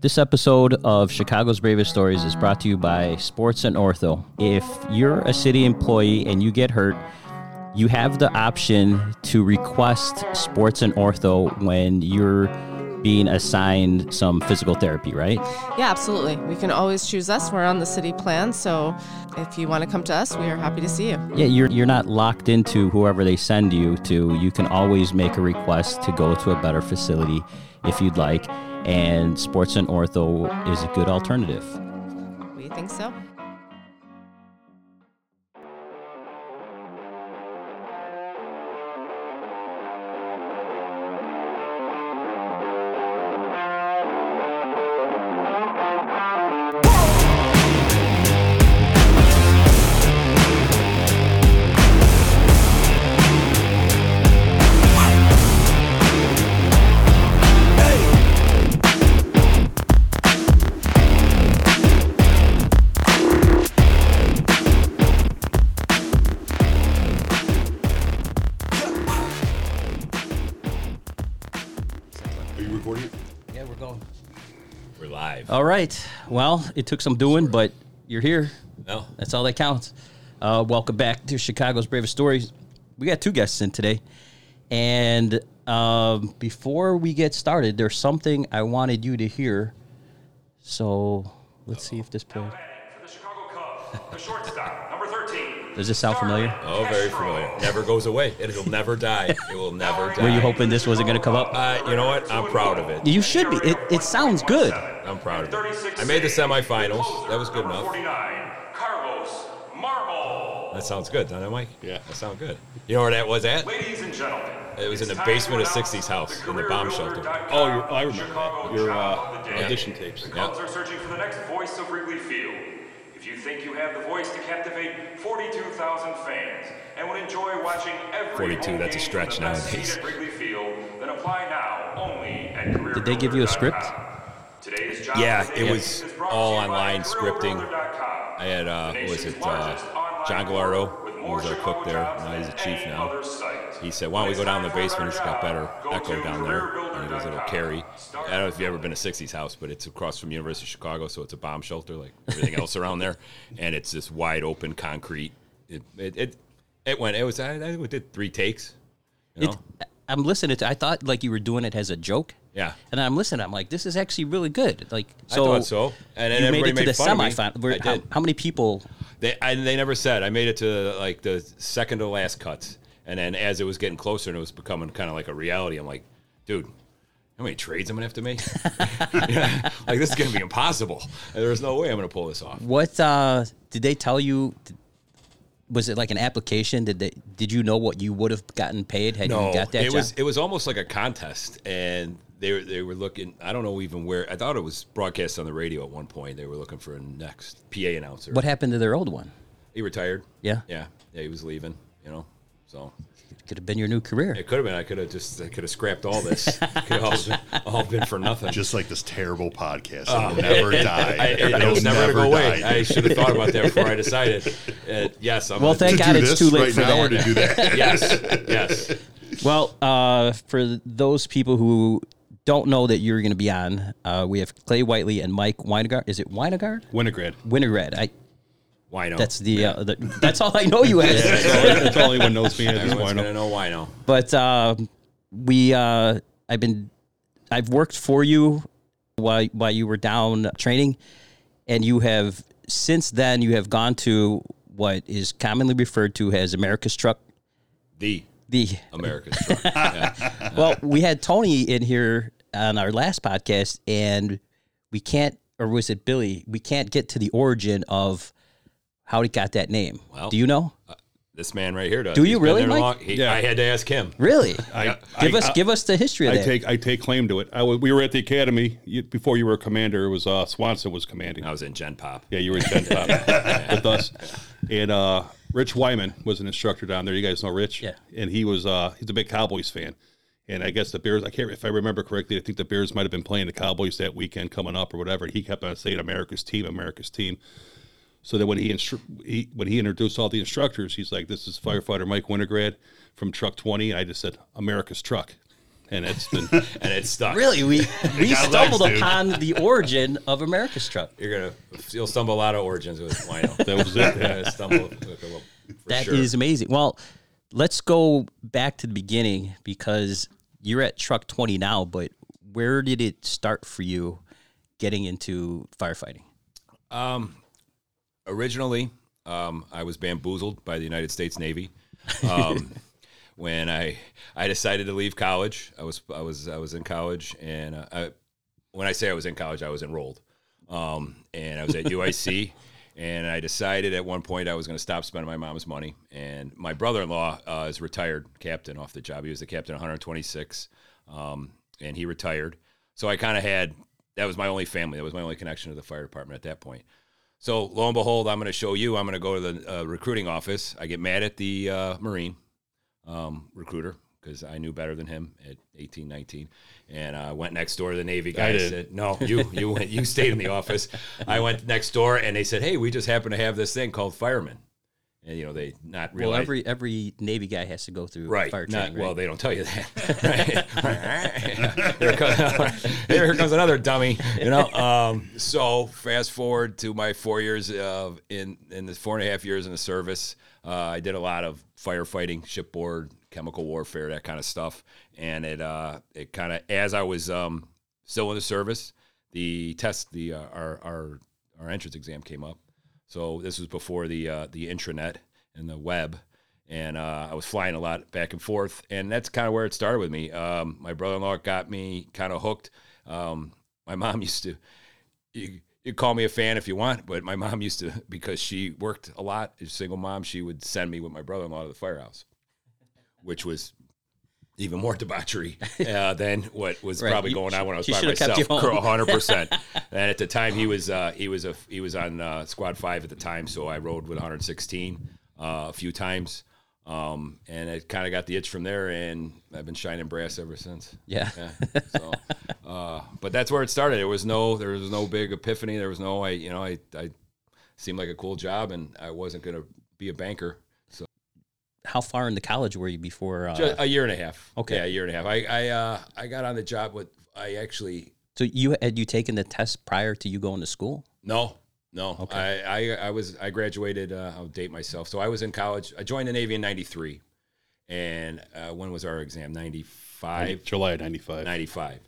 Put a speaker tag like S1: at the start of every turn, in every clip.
S1: This episode of Chicago's Bravest Stories is brought to you by Sports and Ortho. If you're a city employee and you get hurt, you have the option to request Sports and Ortho when you're being assigned some physical therapy, right?
S2: Yeah, absolutely. We can always choose us. We're on the city plan, so if you want to come to us, we are happy to see you.
S1: Yeah, you're you're not locked into whoever they send you to. You can always make a request to go to a better facility if you'd like, and Sports and Ortho is a good alternative.
S2: We think so.
S3: Are you recording it?
S4: Yeah, we're going. We're live.
S1: All right. Well, it took some doing, but you're here.
S4: No,
S1: That's all that counts. Uh, welcome back to Chicago's Bravest Stories. We got two guests in today. And um, before we get started, there's something I wanted you to hear. So let's see if this plays.
S5: for the Chicago Cubs, the shortstop, number 13.
S1: Does this sound familiar?
S4: oh, very familiar. Never goes away. It will never die. It will never die.
S1: Were you hoping this wasn't going to come up?
S4: Uh, you know what? I'm proud of it.
S1: You should be. It, it sounds good.
S4: I'm proud of it. I made the semifinals. That was good
S5: Number
S4: enough.
S5: 49, Carlos Marble.
S4: That sounds good, doesn't it, Mike?
S3: Yeah.
S4: That sounds good. You know where that was at?
S5: Ladies and gentlemen,
S4: It was in
S5: it's
S4: the
S5: time
S4: basement
S5: to
S4: of
S5: announce
S4: 60's house,
S5: the
S4: in the bomb shelter.
S5: careerbuilder.com
S3: Oh, your, I remember
S5: Chicago
S3: that. Your
S5: Child
S3: uh,
S5: of the Day.
S3: audition tapes.
S5: The Cubs are searching for the next voice of Wrigley Field. If you think you have the voice to captivate 42,000 fans and would enjoy watching every
S4: 42,
S5: home
S4: that's a
S5: game
S4: stretch
S5: from the best
S4: nowadays.
S5: seat at Wrigley Field, then apply now only at careerbuilder.com.
S1: Did they give you a script?
S5: Today's job
S4: Yeah,
S5: today
S4: it was
S5: is brought to
S4: all
S5: you by
S4: online scripting.
S5: careerbuilder.com.
S4: I had, uh,
S5: The
S4: what was
S5: nation's
S4: it, uh,
S5: largest online
S4: John
S5: board
S4: Gallardo,
S5: with
S4: who
S5: more
S4: was our
S5: Chicago
S4: cook there.
S5: jobs
S4: Now
S5: than
S4: he's the chief
S5: any
S4: now.
S5: other site.
S4: He said, why don't we go down in the basement? It's got better echo down there. And it was a little carry. I don't know if you've ever been to 60's house, but it's across from University of Chicago, so it's a bomb shelter like everything else around there. And it's just wide open concrete. It it it, it went. It was. I, I think we did three takes. You know?
S1: It, I'm listening to I thought like you were doing it as a joke.
S4: yeah.
S1: And I'm listening. I'm like, this is actually really good. Like,
S4: I
S1: so,
S4: thought so. And then
S1: you made
S4: everybody
S1: it to the
S4: fun of me.
S1: semifinal. Where-
S4: I
S1: How,
S4: did.
S1: how many people?
S4: They I, they never said. I made it to like the second to last cuts, and then as it was getting closer and it was becoming kind of like a reality, I'm like, dude, how many trades I'm gonna have to make? Yeah. Like this is gonna be impossible. There's no way I'm gonna pull this off.
S1: What uh, did they tell you? Was it like an application? Did they? Did you know what you would have gotten paid had you got that
S4: it
S1: job?
S4: was it was almost like a contest, and they were they were looking. I don't know even where. I thought it was broadcast on the radio at one point. They were looking for a next PA announcer.
S1: what happened to their old one?
S4: He retired.
S1: Yeah.
S4: yeah, yeah. He was leaving. You know, so
S1: It could have been your new career.
S4: It could have been. I could have just. I could have scrapped all this. could have all, all been for nothing.
S3: Just like this terrible podcast. It'll never die.
S4: Ah. I, it, it was never, gonna go away. I should have thought about that before I decided. Uh, yes, I'm.
S1: Well,
S4: gonna
S1: thank
S4: do-
S1: God it's too late
S3: right
S1: for
S3: now or
S1: that.
S3: to do that.
S4: Yes, yes.
S1: Well, uh, for those people who don't know that you're going to be on, uh, we have Clay Whiteley and Mike Weinegard. Is it Weinegard?
S6: Winograd.
S1: Winograd. I.
S4: Why no?
S1: That's the, uh, the. That's all I know you as.
S6: That's all anyone knows me at this
S4: Everyone's
S6: point.
S4: gonna know why no.
S1: but uh, we uh, I've been I've worked for you while while you were down training, and you have since then you have gone to what is commonly referred to as America's Truck.
S4: The
S1: The
S4: America's truck. Yeah.
S1: well, we had Tony in here on our last podcast, and we can't, or was it Billy? We can't get to the origin of how he got that name.
S4: Well-
S1: Do you know?
S4: This man right here does.
S1: Do you
S4: He's been
S1: really,
S4: there
S1: Mike?
S4: long- he-
S6: Yeah.
S4: I had to ask him.
S1: Really?
S6: I,
S1: give
S6: I-
S1: us
S6: I-
S1: give us the history of
S6: I
S1: that.
S6: take I take claim to it. I was, we were at the academy you, before you were a commander. It was uh, Swanson was commanding.
S4: I was in Gen Pop.
S6: Yeah, you were in Gen Pop with us, and uh, Rich Wyman was an instructor down there. You guys know Rich,
S1: Yeah.
S6: And he was uh, he's a big Cowboys fan, and I guess the Bears. I can't if I remember correctly. I think the Bears might have been playing the Cowboys that weekend coming up or whatever. He kept on saying America's team, America's team. So that when he, instru- he when he introduced all the instructors, he's like, "This is firefighter Mike Winograd from Truck 20," and I just said, "America's Truck." and it's been
S4: and it's stuck.
S1: Really, we we
S3: got legs,
S1: stumbled
S3: dude.
S1: upon the origin of America's truck.
S4: You're gonna you'll stumble a lot of origins with wino.
S6: that was it.
S4: You're
S6: Yeah.
S4: gonna stumble. with a little- for
S1: That is
S4: sure.
S1: amazing. Well, let's go back to the beginning because you're at truck 20 now, but where did it start for you getting into firefighting?
S4: originally um, I was bamboozled by the United States Navy. Um, when I I decided to leave college, I was I was I was in college, and uh, I, when I say I was in college, I was enrolled, um, and I was at UIC. And I decided at one point I was going to stop spending my mom's money. And my brother-in-law uh, is retired captain off the job. He was the captain of 126, um, and he retired. So I kind of had that was my only family. That was my only connection to the fire department at that point. So lo and behold, I'm going to show you. I'm going to go to the uh, recruiting office. I get mad at the uh, Marine um, recruiter because I knew better than him at 18, 19, and I went next door to the Navy guy.
S6: I
S4: and
S6: did.
S4: said, "No, you you went, you stayed in the office." I went next door, and they said, "Hey, we just happen to have this thing called firemen," and you know they not
S1: Well,
S4: realize
S1: every every Navy guy has to go through
S4: right.
S1: fire
S4: Not-
S1: training. right?
S4: Well, they don't tell you that. right. here, comes, here comes another dummy. You know. Um, so fast forward to my four years of in in the four and a half years in the service, uh, I did a lot of firefighting, shipboard, chemical warfare, that kind of stuff. And it uh, it kind of as I was um, still in the service, the test the uh, our our our entrance exam came up. So this was before the uh, the intranet and the web, and uh, I was flying a lot back and forth, and that's kind of where it started with me. Um, my brother-in-law got me kind of hooked. Um, my mom used to. You, you call me a fan if you want, but my mom used to because she worked a lot. As a single mom, she would send me with my brother-in-law to the firehouse, which was even more debauchery uh, than what was
S1: Right.
S4: probably
S1: You-
S4: going on when I was
S1: she
S4: by
S1: should've kept
S4: myself.
S1: you home.
S4: Girl, hundred percent. And at the time, he was uh, he was a he was on uh, squad five at the time, so I rode with 116 uh, a few times, um, and it kind of got the itch from there, and I've been shining brass ever since.
S1: Yeah.
S4: So, uh, but that's where it started. There was no there was no big epiphany. There was no I you know I I seemed like a cool job, and I wasn't gonna be a banker. So
S1: How far into college were you before? Uh,
S4: Ju- a year and a half.
S1: okay.
S4: yeah, a year and a half. I I uh, I got on the job with I actually
S1: so you had you taken the test prior to you going to school?
S4: No, no. I, I, I was I graduated. Uh, I'll date myself. So I was in college. I joined the Navy in '93, and uh, when was our exam? '95,
S6: July of '95.
S4: '95.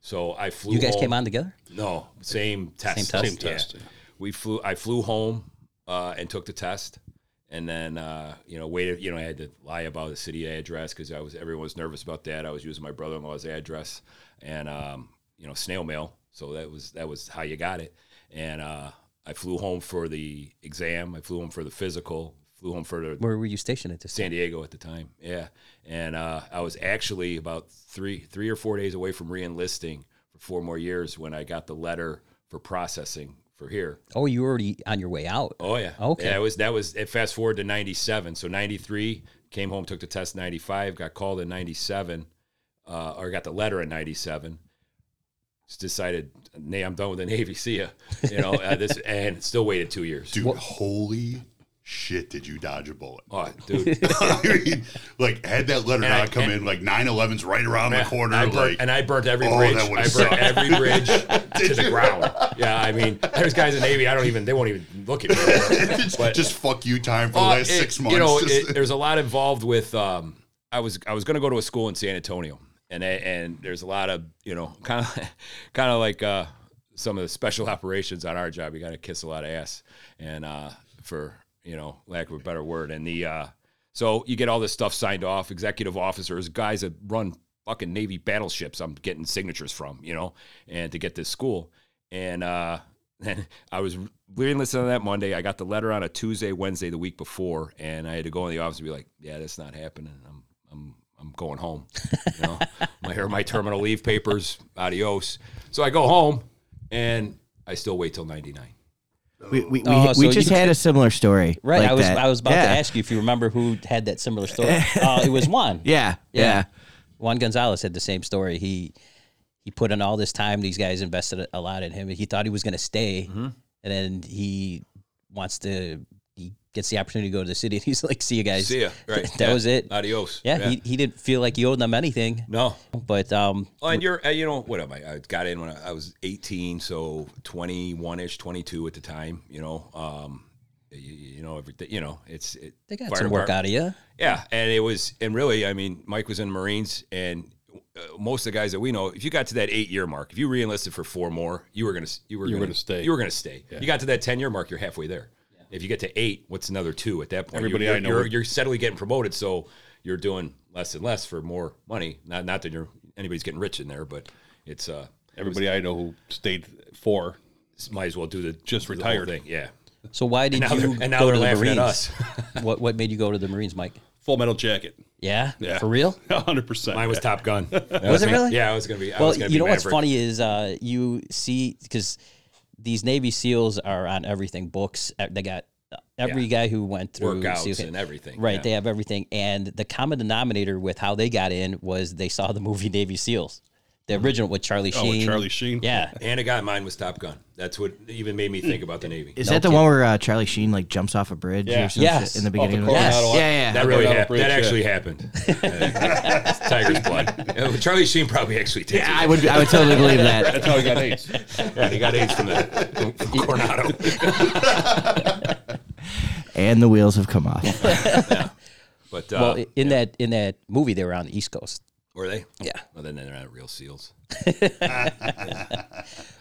S4: So I flew.
S1: You guys
S4: home.
S1: came on together.
S4: No, same test.
S1: Same test?
S6: Same test, yeah.
S4: We flew. I flew home uh, and took the test, and then uh, you know waited. You know I had to lie about the city address because I was everyone was nervous about that. I was using my brother in law's address, and um, you know snail mail. So that was that was how you got it. And uh, I flew home for the exam. I flew home for the physical. Flew home for the
S1: Where were you stationed at this? time?
S4: San Diego at the time. Yeah, and uh, I was actually about three three or four days away from reenlisting for four more years when I got the letter for processing for here.
S1: Oh, you were already on your way out.
S4: Oh yeah,
S1: Okay.
S4: That was that was. It fast forward to '97. So '93 came home, took the test '95, got called in '97, uh, or got the letter in '97. Just decided, nay, I'm done with the Navy. See ya. You know uh, this, and still waited two years.
S3: Dude, holy shit, did you dodge a bullet?
S4: Oh, dude.
S3: I mean, like, had that letter
S4: And I-
S3: not come in, like 9 11's right around the
S4: Yeah,
S3: corner.
S4: I burnt,
S3: like,
S4: and I burnt every
S3: Oh,
S4: bridge.
S3: that
S4: I
S3: would've
S4: burnt
S3: sucked.
S4: every bridge to
S3: Did
S4: the
S3: you?
S4: ground. Yeah, I mean, there's guys in the Navy. I don't even. They won't even look at me.
S3: just, just fuck you time for the
S4: Uh,
S3: last
S4: it-
S3: six months.
S4: You know,
S3: Just-
S4: it, there's a lot involved with. Um, I was I was going to go to a school in San Antonio, and I- and there's a lot of you know kind of kind of like uh, some of the special operations on our job. You got to kiss a lot of ass, and uh, for you know lack of a better word, and the uh, so you get all this stuff signed off. Executive officers, guys that run fucking Navy battleships. I'm getting signatures from you know, and to get this school and uh, I was reading listening on that Monday. I got the letter on a Tuesday, Wednesday the week before, and I had to go in the office and be like, "Yeah, that's not happening. I'm I'm I'm going home. You know, my here are my terminal leave papers. Adios." So I go home, and I still wait till ninety nine.
S7: We, we, we,
S1: Oh,
S7: we
S1: so
S7: just
S1: you-
S7: had a similar story.
S1: Right.
S7: like
S1: I was
S7: that.
S1: I was about
S7: Yeah.
S1: to ask you if you remember who had that similar story. uh, it was Juan.
S7: Yeah, yeah.
S1: Juan Gonzalez had the same story. He he put in all this time. These guys invested
S4: Mm-hmm.
S1: a lot in him. He thought he was going to stay, and then he wants to. He gets the opportunity to go to the city, and he's like, "See you guys."
S4: See ya. Right.
S1: that was it.
S4: Adios.
S1: yeah, He, he didn't feel like he owed them anything.
S4: no.
S1: But um,
S4: Oh, and you're, uh, you know, what am I? I got in when I, I was 18, so 21 ish, 22 at the time. You know, um, you, you know everything. You know, it's it,
S1: they got
S4: fire
S1: some work
S4: depart-
S1: out of you.
S4: Yeah, and it was, and really, I mean, Mike was in the Marines, and uh, most of the guys that we know, if you got to that eight year mark, if you reenlisted for four more, you were gonna, s- you were,
S6: You were gonna stay.
S4: you were gonna stay. You got to that ten year mark, you're halfway there. If you get to eight, what's another two at that point?
S6: Everybody
S4: you're,
S6: I know
S4: you're,
S6: would-
S4: you're steadily getting promoted, so you're doing less and less for more money. Not, not that you're anybody's getting rich in there, but it's uh,
S6: Everybody I know who stayed four.
S4: might as well do the
S6: Just
S4: the whole
S6: retired.
S4: thing. Yeah,
S1: So why did
S4: now
S1: you
S4: they're- and now
S1: go
S4: they're
S1: to the
S4: laughing at
S1: Marines?
S4: us.
S1: what what made you go to the Marines, Mike?
S6: Full Metal Jacket.
S1: Yeah,
S6: Yeah.
S1: for real.
S6: hundred percent.
S4: Mine was Top Gun.
S1: Was it really?
S4: Yeah, I was gonna be. I
S1: Well,
S4: was gonna
S1: you
S4: be
S1: know what's
S4: Maverick.
S1: funny is uh, you see because these Navy SEAls are on everything books. e- They got every
S4: Yeah.
S1: guy who went through SEAL
S4: Workouts
S1: camp-
S4: and everything.
S1: Right,
S4: yeah.
S1: they have everything, and the common denominator with how they got in was they saw the movie Navy SEALs, the
S4: Mm-hmm.
S1: original with Charlie
S6: Oh,
S1: Sheen.
S6: with Charlie Sheen.
S1: Yeah,
S4: And a guy of mine was Top Gun. That's what even made me think about the Navy.
S7: Is that the one where uh, Charlie Sheen like jumps off a bridge
S6: Yeah.
S7: or something
S1: Yes.
S7: in the
S1: Off
S7: beginning?
S6: the
S7: of it?
S1: Colorado-
S7: Yeah, yeah.
S4: That really
S6: Colorado
S4: happened.
S6: Bridge,
S4: that
S6: yeah.
S4: actually happened. It's Tiger's blood. Yeah, well, Charlie Sheen probably actually did.
S7: I would I would totally believe that.
S6: That's how I got AIDS.
S4: Yeah, he got AIDS from the from Coronado.
S7: And the wheels have come off.
S4: But uh,
S1: well, in that in that movie, they were on the East Coast.
S4: were they?
S1: Yeah.
S4: Well, then they're not real seals.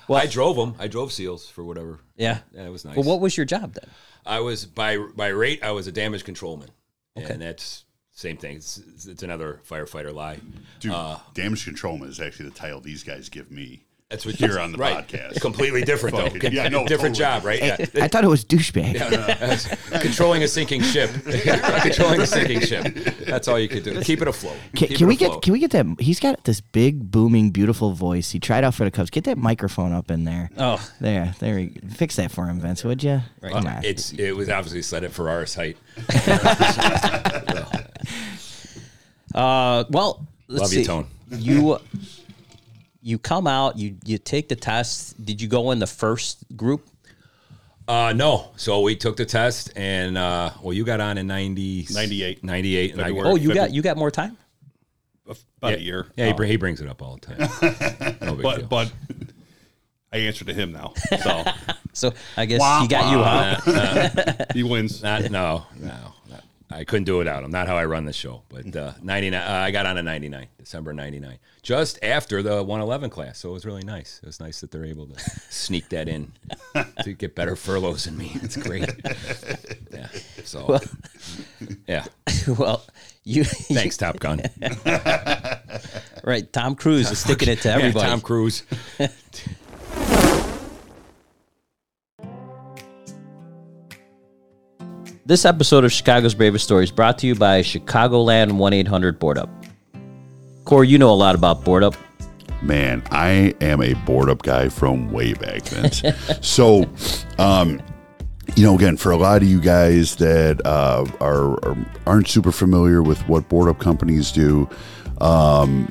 S4: well, I drove them. I drove seals for whatever.
S1: Yeah.
S4: Yeah, it was nice.
S1: Well, what was your job then?
S4: I was by by rate. I was a damage controlman, and that's same thing. It's, it's another firefighter lie.
S3: Dude,
S4: uh,
S3: damage controlman is actually the title these guys give me.
S4: That's what
S3: Here on the
S4: right.
S3: podcast.
S4: Completely different though.
S3: Fucking- yeah, no,
S4: different
S3: totally.
S4: job, right? Yeah.
S7: I thought it was douchebag.
S4: controlling a sinking ship. controlling a sinking ship. That's all you could do. Keep it afloat.
S7: Can,
S4: Keep
S7: can
S4: it
S7: we get
S4: afloat.
S7: can we get that? He's got this big, booming, beautiful voice. He tried out for the Cubs. Get that microphone up in there.
S1: Oh.
S7: there, there. we- Fix that for him, Vince, would you? Come on.
S4: It's it was obviously set at Ferraris height.
S1: Uh, well, let's
S4: Love
S1: see.
S4: you, Tone.
S1: You you come out. You you take the test. Did you go in the first group?
S4: Uh, no, so we took the test, and uh, well, you got on in 90,
S6: 98.
S4: 98, and I
S6: February.
S1: Oh, you
S6: February.
S1: got you got more time.
S6: About a year. Um, Uh.
S4: Yeah, he, br- he brings it up all the time. No big deal.
S6: But but I answer to him now. So
S1: So I guess he got you, huh?
S6: he wins.
S4: Not, no, no, not- I couldn't do it without him. Not how I run the show. But uh, ninety nine, uh, I got on a ninety nine, December ninety nine, just after the one eleven class. So it was really nice. It was nice that they're able to sneak that in to get better furloughs than me. It's great. Yeah. So. yeah.
S1: well, you
S4: Thanks, Top Gun.
S1: right. Tom Cruise is sticking it to
S4: Yeah,
S1: everybody.
S4: Tom Cruise.
S1: This episode of Chicago's Bravest Stories brought to you by Chicagoland 1 800 Board Up. Corey, you know a lot about Board Up.
S3: Man, I am a board up guy from way back then. so, um, you know, again, for a lot of you guys that uh, are, are aren't super familiar with what board up companies do, um,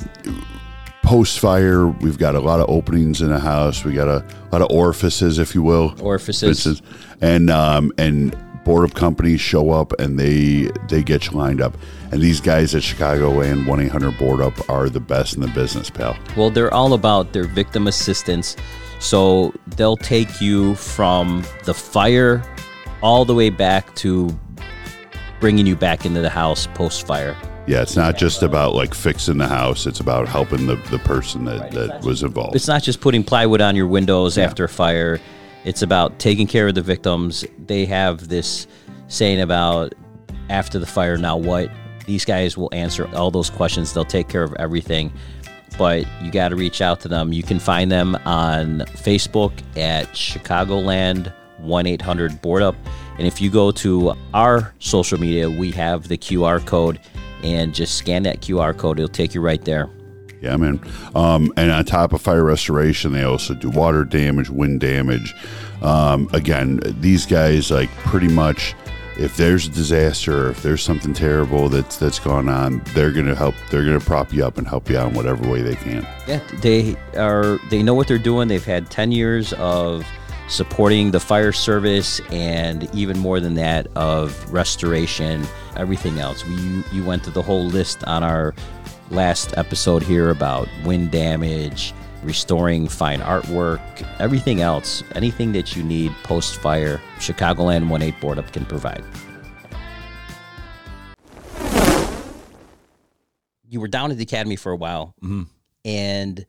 S3: post fire, we've got a lot of openings in the house. We got a lot of orifices, if you will,
S1: Orifices.
S3: orifices, and um, and board up companies show up and they they get you lined up. And these guys at Chicago and one eight hundred board up are the best in the business, pal.
S1: Well, they're all about their victim assistance. So they'll take you from the fire all the way back to bringing you back into the house post fire.
S3: Yeah, it's not just about like fixing the house. It's about helping the, the person that, that was involved.
S1: It's not just putting plywood on your windows after a fire, it's about taking care of the victims. They have this saying about after the fire, now what? These guys will answer all those questions, they'll take care of everything. But you got to reach out to them. You can find them on Facebook at Chicagoland 1 800 Board Up. And if you go to our social media, we have the QR code and just scan that QR code, it'll take you right there.
S3: yeah, man. Um, and on top of fire restoration, they also do water damage, wind damage. Um, again, these guys like pretty much, if there's a disaster, if there's something terrible that's that's gone on, they're gonna help. They're gonna prop you up and help you out in whatever way they can.
S1: Yeah, they are. They know what they're doing. They've had ten years of supporting the fire service and even more than that of restoration, everything else. We you went through the whole list on our last episode here about wind damage, restoring fine artwork, everything else, anything that you need post fire, Chicagoland 18 Board Up can provide. You were down at the academy for a while,
S4: Mm-hmm.
S1: and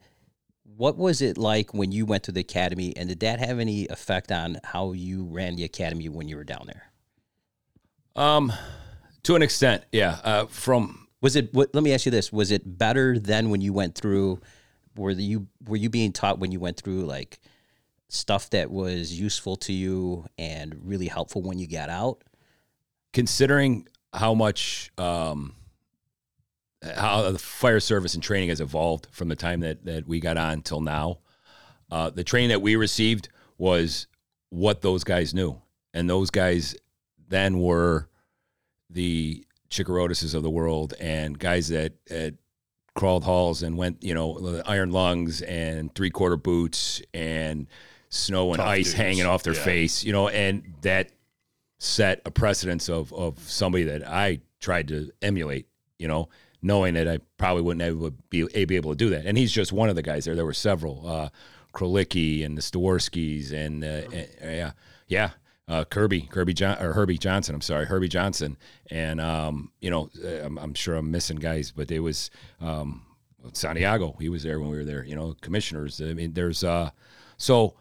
S1: what was it like when you went to the academy? And did that have any effect on how you ran the academy when you were down there?
S4: Um, to an extent, yeah. Uh, from
S1: Was it? What, let me ask you this: Was it better than when you went through? Were the- you were you being taught when you went through like stuff that was useful to you and really helpful when you got out?
S4: considering how much um, how the fire service and training has evolved from the time that that we got on till now, uh, the training that we received was what those guys knew, and those guys then were the Chikorotises of the world and guys that had crawled halls and went, you know, the iron lungs and three quarter boots and snow and
S6: Tough
S4: ice
S6: dudes.
S4: hanging off their
S6: Yeah.
S4: face, you know, and that set a precedence of of somebody that I tried to emulate, you know, knowing that I probably wouldn't ever be, be able to do that. And he's just one of the guys there. There were several, uh, Krolicki and the Staworskis and, uh, and- yeah, yeah. Uh, Kirby, Kirby John or Herbie Johnson. I'm sorry, Herbie Johnson. And um, you know, uh, I'm, I'm sure I'm missing guys, but it was um, Santiago. He was there when we were there. You know, commissioners. I mean, there's uh, so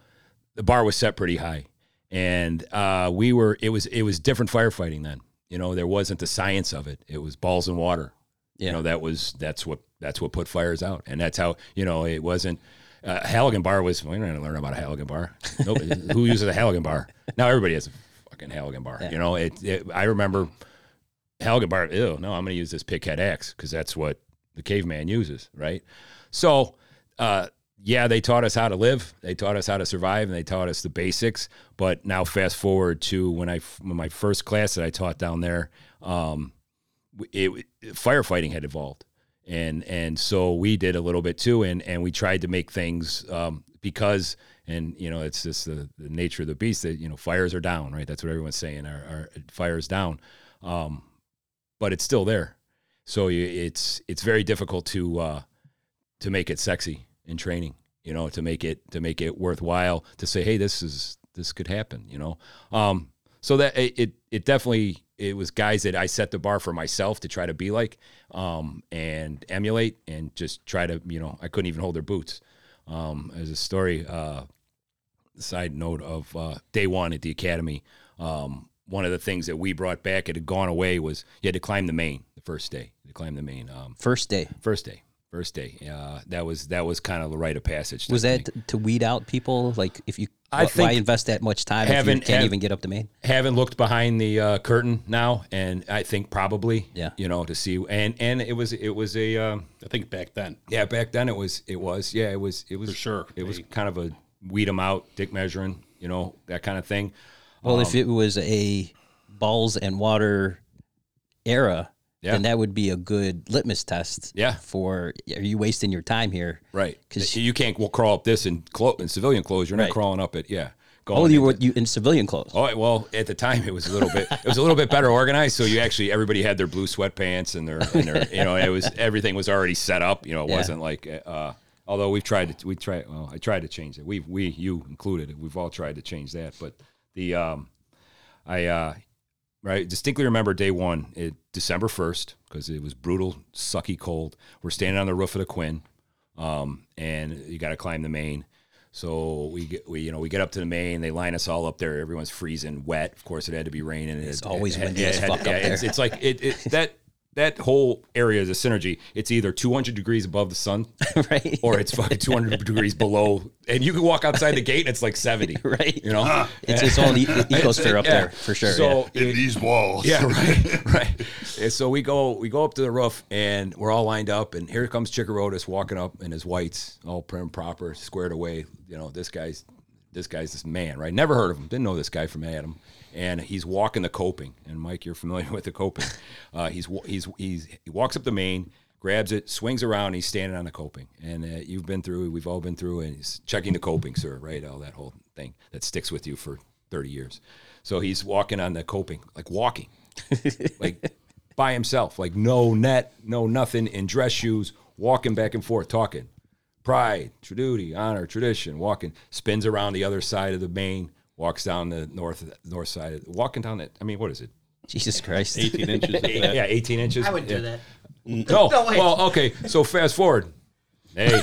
S4: the bar was set pretty high and uh, we were it was it was different firefighting then you know there wasn't the science of it it was balls and water
S1: Yeah.
S4: you know that was that's what that's what put fires out and that's how you know it wasn't uh, Halligan bar was we didn't learn about a Halligan bar Nobody, who uses a Halligan bar now everybody has a fucking Halligan bar you know it, it I remember Halligan bar ew no I'm gonna use this pickhead axe because that's what the caveman uses right so uh yeah, they taught us how to live. They taught us how to survive, and they taught us the basics. But now, fast forward to when I when my first class that I taught down there, um, it, firefighting had evolved, and and so we did a little bit too, and and we tried to make things um, because and you know it's just the, the nature of the beast that you know fires are down, right? That's what everyone's saying. Our, our fires down, um, but it's still there. So you, it's it's very difficult to uh, to make it sexy in training. You know, to make it to make it worthwhile to say, hey, this is this could happen. You know, um, so that it, it it definitely it was guys that I set the bar for myself to try to be like um, and emulate and just try to you know I couldn't even hold their boots. Um, there's a story. Uh, side note of uh, day one at the academy. Um, one of the things that we brought back, it had gone away, was you had to climb the main the first day. You had to climb the main. Um,
S1: First day
S4: first day first day uh, that was that was kind of the rite of passage
S1: was
S4: I
S1: that
S4: think.
S1: to weed out people? Like if you,
S4: I
S1: wh- why
S4: think-
S1: invest that much time if you
S4: Haven't-
S1: can't
S4: have-
S1: even get up the main?
S4: haven't looked behind the uh, curtain now and i think probably
S1: Yeah.
S4: you know to see and and it was it was a um,
S6: I think back then.
S4: yeah back then it was it was yeah it was it was
S6: For sure.
S4: it was
S6: They-
S4: kind of a weed them out dick measuring you know that kind of thing
S1: Well,
S4: Um,
S1: if it was a balls and water era,
S4: Yeah.
S1: then that would be a good litmus test.
S4: Yeah.
S1: For are you wasting your time here?
S4: right
S1: 'Cause-
S4: because you can't well, crawl up this in, clo- in civilian clothes you're not
S1: Right.
S4: crawling up it yeah
S1: Oh,
S4: going
S1: you
S4: into-
S1: were you in civilian clothes.
S4: Oh well, at the time it was a little bit it was a little bit better organized. So you actually everybody had their blue sweatpants and their, and their you know it was everything was already set up. You know it
S1: Yeah.
S4: wasn't like uh, although we've tried to we try well I tried to change it. We we you included we've all tried to change that. But the um I uh right distinctly remember day one it, December first because it was brutal sucky cold. We're standing on the roof of the Quinn um, and you got to climb the main. So we get we you know we get up to the main. They line us all up there. Everyone's freezing wet. Of course, it had to be raining. It's
S1: always windy as fuck up
S4: It's,
S1: there.
S4: it's like it, it that that whole area is a synergy. It's either 200 degrees above the sun,
S1: Right.
S4: or it's fucking 200 degrees below. And you can walk outside the gate, and it's like 70.
S1: Right.
S4: You know,
S1: It's its own e- ecosphere up
S4: Yeah.
S1: there for sure.
S4: So
S1: yeah.
S3: in these walls.
S4: yeah, right, right. And so we go, we go up to the roof, and we're all lined up, and here comes Chikorotis walking up in his whites, all prim and proper, squared away. You know, this guy's, this guy's this man, right? Never heard of him, didn't know this guy from Adam, and he's walking the coping. And Mike, you're familiar with the coping. Uh, he's wa- he's he's he walks up the main, grabs it, swings around. He's standing on a coping, and uh, you've been through. We've all been through, and he's checking the coping, sir. Right, all that whole thing that sticks with you for thirty years. So he's walking on the coping, like walking, like by himself, like no net, no nothing, in dress shoes, walking back and forth, talking. Pride, true duty, honor, tradition, walking, spins around the other side of the main, walks down the north north side, of, walking down that. I mean, what is it?
S1: Jesus Christ.
S6: 18 inches. of that.
S4: Yeah, 18 inches.
S8: I would
S4: Yeah.
S8: do that.
S4: No,
S8: No way.
S4: well, okay. So fast forward. Hey,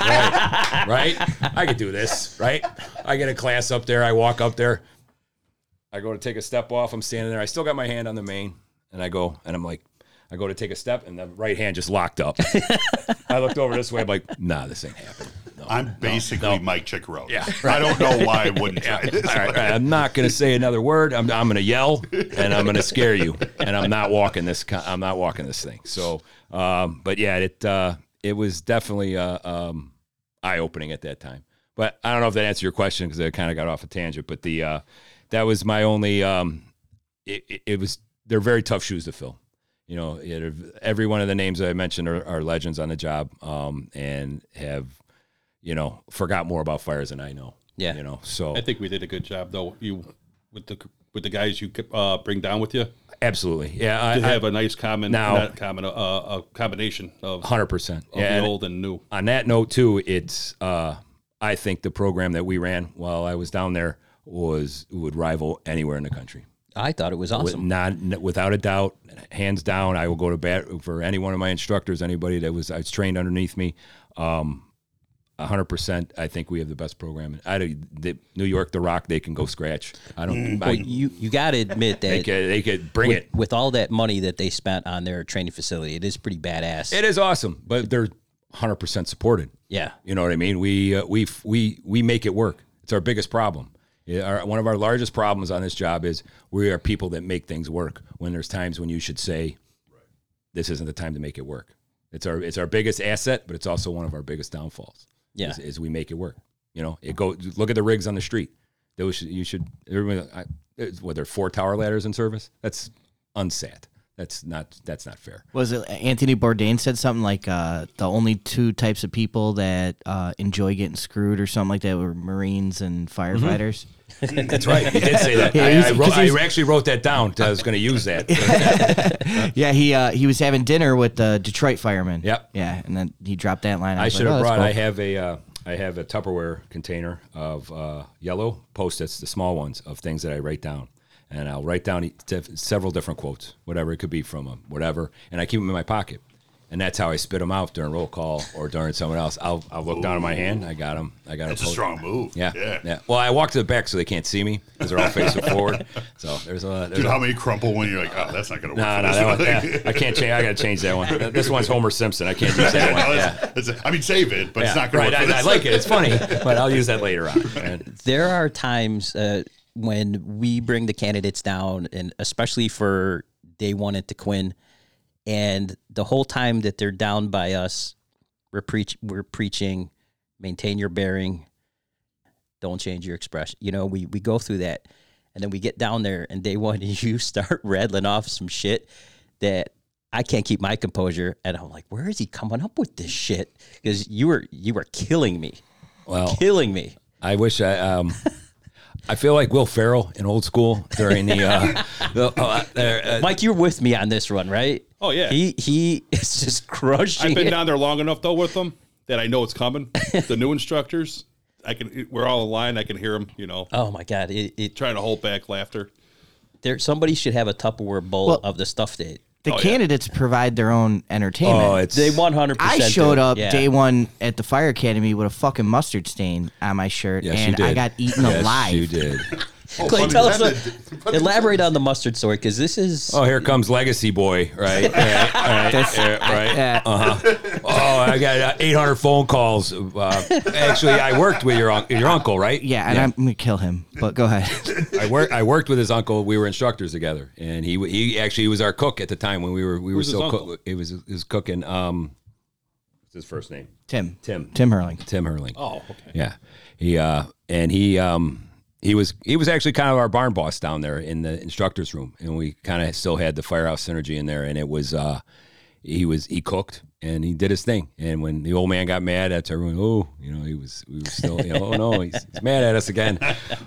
S4: right, right? I could do this, right? I get a class up there. I walk up there. I go to take a step off. I'm standing there. I still got my hand on the main, and I go, and I'm like, I go to take a step, and the right hand just locked up. I looked over this way. I'm like, nah, this ain't happening. No.
S3: I'm basically Mike Chickarone.
S4: Yeah.
S3: I don't know why I wouldn't try this.
S4: All right, all right, I'm not going to say another word. I'm, I'm going to yell and I'm going to scare you. And I'm not walking this. co- I'm not walking this thing. So, um, but yeah, it uh, it was definitely uh, um, eye opening at that time. But I don't know if that answered your question because I kind of got off a tangent. But the uh, that was my only. Um, it, it, it was they're very tough shoes to fill. You know, it, every one of the names that I mentioned are, are legends on the job um, and have you know forgot more about fires than I know.
S1: Yeah.
S4: you know, so
S6: I think we did a good job though. You with the with the guys you uh, bring down with you
S4: Absolutely. Yeah. I,
S6: to have a nice common
S4: Now-
S6: not common uh, a combination of, of
S4: 100%. Yeah.
S6: the
S4: and
S6: old and new.
S4: on that note, too, it's, uh, I think the program that we ran while I was down there was, would rival anywhere in the country.
S1: I thought it was
S4: With
S1: awesome.
S4: not n- without a doubt, hands down, I will go to bat for any one of my instructors, anybody that was I was trained underneath me. Um, hundred percent, I think we have the best program. I don't, the, New York, the Rock, they can go scratch. I don't.
S6: Mm.
S4: I,
S1: Well, you you got to admit that
S4: they could, they could bring
S1: with,
S4: it.
S1: with all that money that they spent on their training facility, it is pretty badass.
S4: It is awesome, but they're hundred percent supported.
S1: yeah.
S4: You know what I mean? We uh, we we we make it work. It's our biggest problem. Yeah, Our, one of our largest problems on this job is we are people that make things work. When there's times when you should say, "This isn't the time to make it work." It's our it's our biggest asset, but it's also one of our biggest downfalls.
S1: Yeah.
S4: is, is we make it work. You know, it go look at the rigs on the street. Those should, you should everyone. I, it's- what there are four tower ladders in service? That's unsat. That's not that's not fair.
S7: Was it Anthony Bourdain said something like uh, the only two types of people that uh, enjoy getting screwed or something like that were Marines and
S4: Mm-hmm.
S7: firefighters?
S4: That's right. You did say that.
S7: Yeah,
S4: I, I,
S7: he's-
S4: wrote,
S7: 'cause he's-
S4: I actually wrote that down. 'cause I was going to use that.
S7: Yeah, he uh, he was having dinner with the Detroit firemen.
S4: Yep.
S7: Yeah, and then he dropped that line.
S4: I
S7: was
S4: should
S7: like,
S4: have
S7: "Oh, that's
S4: brought.
S7: cool."
S4: I have a. Uh, I have a Tupperware container of uh, yellow post-its, the small ones of things that I write down, and I'll write down e- diff- several different quotes, whatever it could be from them, whatever, and I keep them in my pocket, and that's how I spit them out during roll call or during someone else. I'll, I'll look down at my hand. I got them. I got
S3: That's a strong move.
S4: Yeah,
S3: yeah.
S4: yeah, Well, I walk to the back so they can't see me because they're all facing forward. So there's a. There's
S3: Dude,
S4: a-
S3: how many crumple when you're like, oh, that's not going to work.
S4: no,
S3: for
S4: no,
S3: this
S4: that one,
S3: one."
S4: yeah, I can't change. I got to change that one. This one's Homer Simpson. I can't use that
S3: Yeah,
S4: one.
S3: no,
S4: Yeah.
S3: that's- that's- I mean, save it, but it's not
S4: right.
S3: going to work.
S4: I,
S3: for
S4: I
S3: this.
S4: like it. It's funny, but I'll use that later on. And
S1: there are times uh, when we bring the candidates down, and especially for day one at the Quinn, and the whole time that they're down by us, we're preach we're preaching, maintain your bearing, don't change your expression. You know, we we go through that, and then we get down there, and day one, you start rattling off some shit that. I can't keep my composure, and I'm like, "Where is he coming up with this shit?" Because you were you were killing me,
S4: well,
S1: killing me.
S4: I wish I. Um, I feel like Will Ferrell in old school during the. Uh, the uh, there, uh,
S1: Mike, you're with me on this one, right?
S6: Oh, yeah.
S1: He he is just crushing.
S6: I've been
S1: it.
S6: down there long enough though with them that I know it's coming. the new instructors, I can. We're all in line. I can hear them. You know,
S1: Oh my god! It, it
S6: trying to hold back laughter.
S1: there somebody should have a Tupperware bowl
S7: Well-
S1: of the stuff that
S7: the
S6: Oh, yeah.
S7: candidates provide their own entertainment.
S4: oh, it's
S1: they 100.
S7: I showed up day one at the fire academy with a fucking mustard stain on my shirt,
S4: Yes, you
S7: and I
S4: did.
S7: got eaten
S4: Yes,
S7: alive.
S4: You did.
S1: Clay, tell us, elaborate on the mustard story because this is
S4: Oh, here comes Legacy Boy, right? Right, right, yeah, right.
S7: Uh,
S4: Uh-huh. Oh, I got uh, 800 phone calls. Uh, actually, I worked with your un- your uncle, right?
S7: Yeah, and I'm gonna kill him. But go ahead.
S4: I worked. I worked with his uncle. We were instructors together, and he he actually was our cook at the time when we were we were
S6: Who's his
S4: still
S6: uncle?
S4: cook. It was his cooking. Um, what's his first name?
S7: Tim.
S4: Tim.
S7: Tim Hurling.
S4: Tim Hurling.
S6: Oh, okay.
S4: Yeah, he uh, and he um, he was he was actually kind of our barn boss down there in the instructors room, and we kind of still had the firehouse synergy in there, and it was uh, he was he cooked and he did his thing. And when the old man got mad, that's everyone. Oh, you know, he was we were still. You know, oh no, he's, he's mad at us again.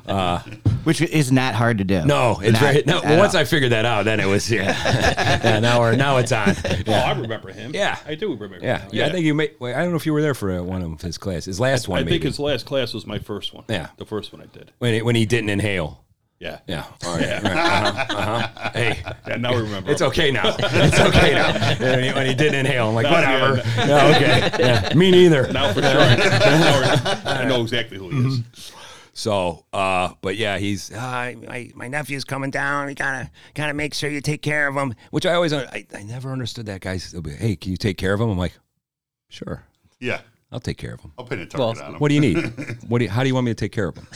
S4: Uh,
S7: which is not hard to do.
S4: no, it's
S7: Not
S4: right. No,
S7: at
S4: well, once
S7: all.
S4: I figured that out, then it was yeah. yeah now we're now it's on.
S6: Oh, I remember him.
S4: Yeah.
S6: I do remember.
S4: Yeah,
S6: him.
S4: yeah. I think you may. Wait, I don't know if you were there for uh, one of his classes. His last one,
S6: I
S4: maybe.
S6: think his last class was my first one.
S4: Yeah.
S6: the first one I did.
S4: when he, when he didn't inhale. Oh,
S6: Yeah,
S4: Yeah. All right. right. Uh-huh. Uh-huh. Hey,
S6: yeah now I remember.
S4: it's okay now. It's okay now. When he, when he didn't inhale, I'm like, whatever. Yeah, okay. Yeah, me neither.
S6: now for sure. Now I know exactly who he is.
S4: Mm-hmm. So, uh, but yeah, he's uh, my my nephew's coming down. You gotta gotta make sure you take care of him. Which I always I, I never understood that guys. They'll be, hey, can you take care of him? I'm like, sure,
S3: Yeah.
S4: I'll take care of him.
S3: I'll pin a target
S1: Well,
S3: on him.
S4: What do you need? What do you, how do you want me to take care of him?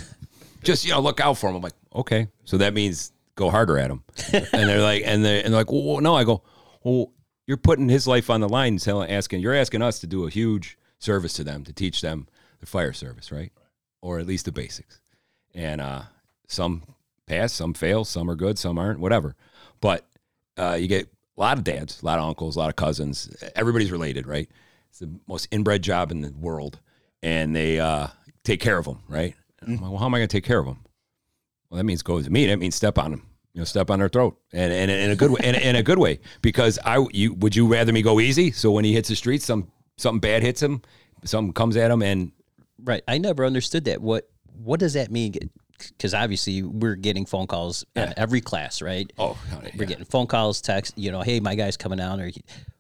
S4: Just you know, look out for him. I'm like, okay, so that means go harder at him. and they're like, and they and they're like, well, no. I go, well, you're putting his life on the line, and telling, asking, you're asking us to do a huge service to them to teach them the fire service, right? Or at least the basics. And uh, some pass, some fail, some are good, some aren't, whatever. But uh, you get a lot of dads, a lot of uncles, a lot of cousins. Everybody's related, right? It's the most inbred job in the world, and they uh, take care of them, right? And I'm like, well, how am I going to take care of them? Well, that means go to me. That means step on them. You know, step on their throat, and and in a good way, and in a good way, because I you would you rather me go easy? So when he hits the streets, some something bad hits him, something comes at him, and
S1: Right. I never understood that. What What does that mean? Because obviously we're getting phone calls in every class, right?
S4: Oh, God, yeah.
S1: we're getting phone calls, text. You know, hey, my guy's coming down. Or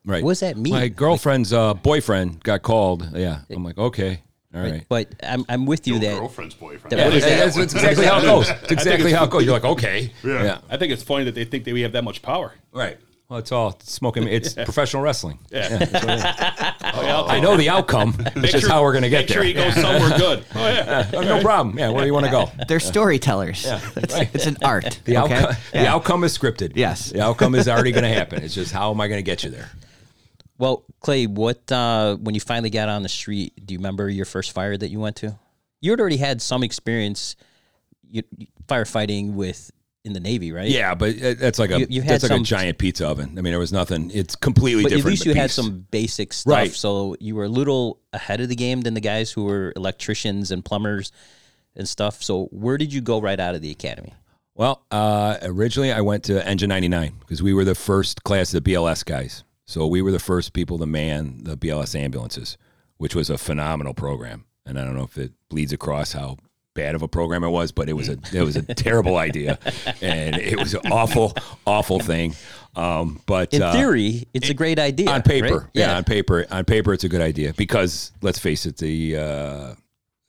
S4: right.
S1: What does that mean?
S4: My girlfriend's uh, boyfriend got called. Yeah, I'm like, okay, all right.
S1: But I'm I'm with you
S3: Your
S1: that
S3: girlfriend's boyfriend.
S1: that- what is
S4: Yeah,
S1: that?
S4: that's that's exactly how it goes. That's exactly how it goes. You're like, okay,
S3: Yeah.
S6: I think it's funny that they think that we have that much power.
S4: right. Well, it's all smoking. It's professional wrestling.
S6: Oh, yeah, I'll
S4: I
S6: take-
S4: know the outcome. It's just
S6: sure-
S4: how we're going to get
S6: Make sure
S4: there.
S6: he goes somewhere good. Oh yeah.
S4: Oh, no problem. Yeah, where do you want to go?
S7: They're storytellers. It's, it's an art.
S4: The,
S7: okay?
S4: outcome, the
S7: Yeah.
S4: outcome is scripted.
S7: Yes.
S4: The outcome is already going to happen. It's just how am I going to get you there?
S1: Well, Clay, what uh, when you finally got on the street? Do you remember your first fire that you went to? You had already had some experience you, firefighting with in the Navy, right?
S4: Yeah, but it- that's like a
S1: You- you've
S4: that's
S1: had
S4: like
S1: some-
S4: a giant pizza oven. I mean, there was nothing. It's completely
S1: But at
S4: different.
S1: least you had
S4: beast.
S1: some basic stuff,
S4: Right.
S1: so you were a little ahead of the game than the guys who were electricians and plumbers and stuff. So where did you go right out of the academy?
S4: Well, uh, originally I went to Engine 99 because we were the first class of the BLS guys. So we were the first people to man the BLS ambulances, which was a phenomenal program. And I don't know if it bleeds across how bad of a program it was, but it was a it was a terrible idea, and it was an awful awful thing. Um, but
S1: In
S4: uh,
S1: theory, it's a great idea
S4: on paper,
S1: right?
S4: yeah, on paper, on paper, it's a good idea because let's face it, the uh,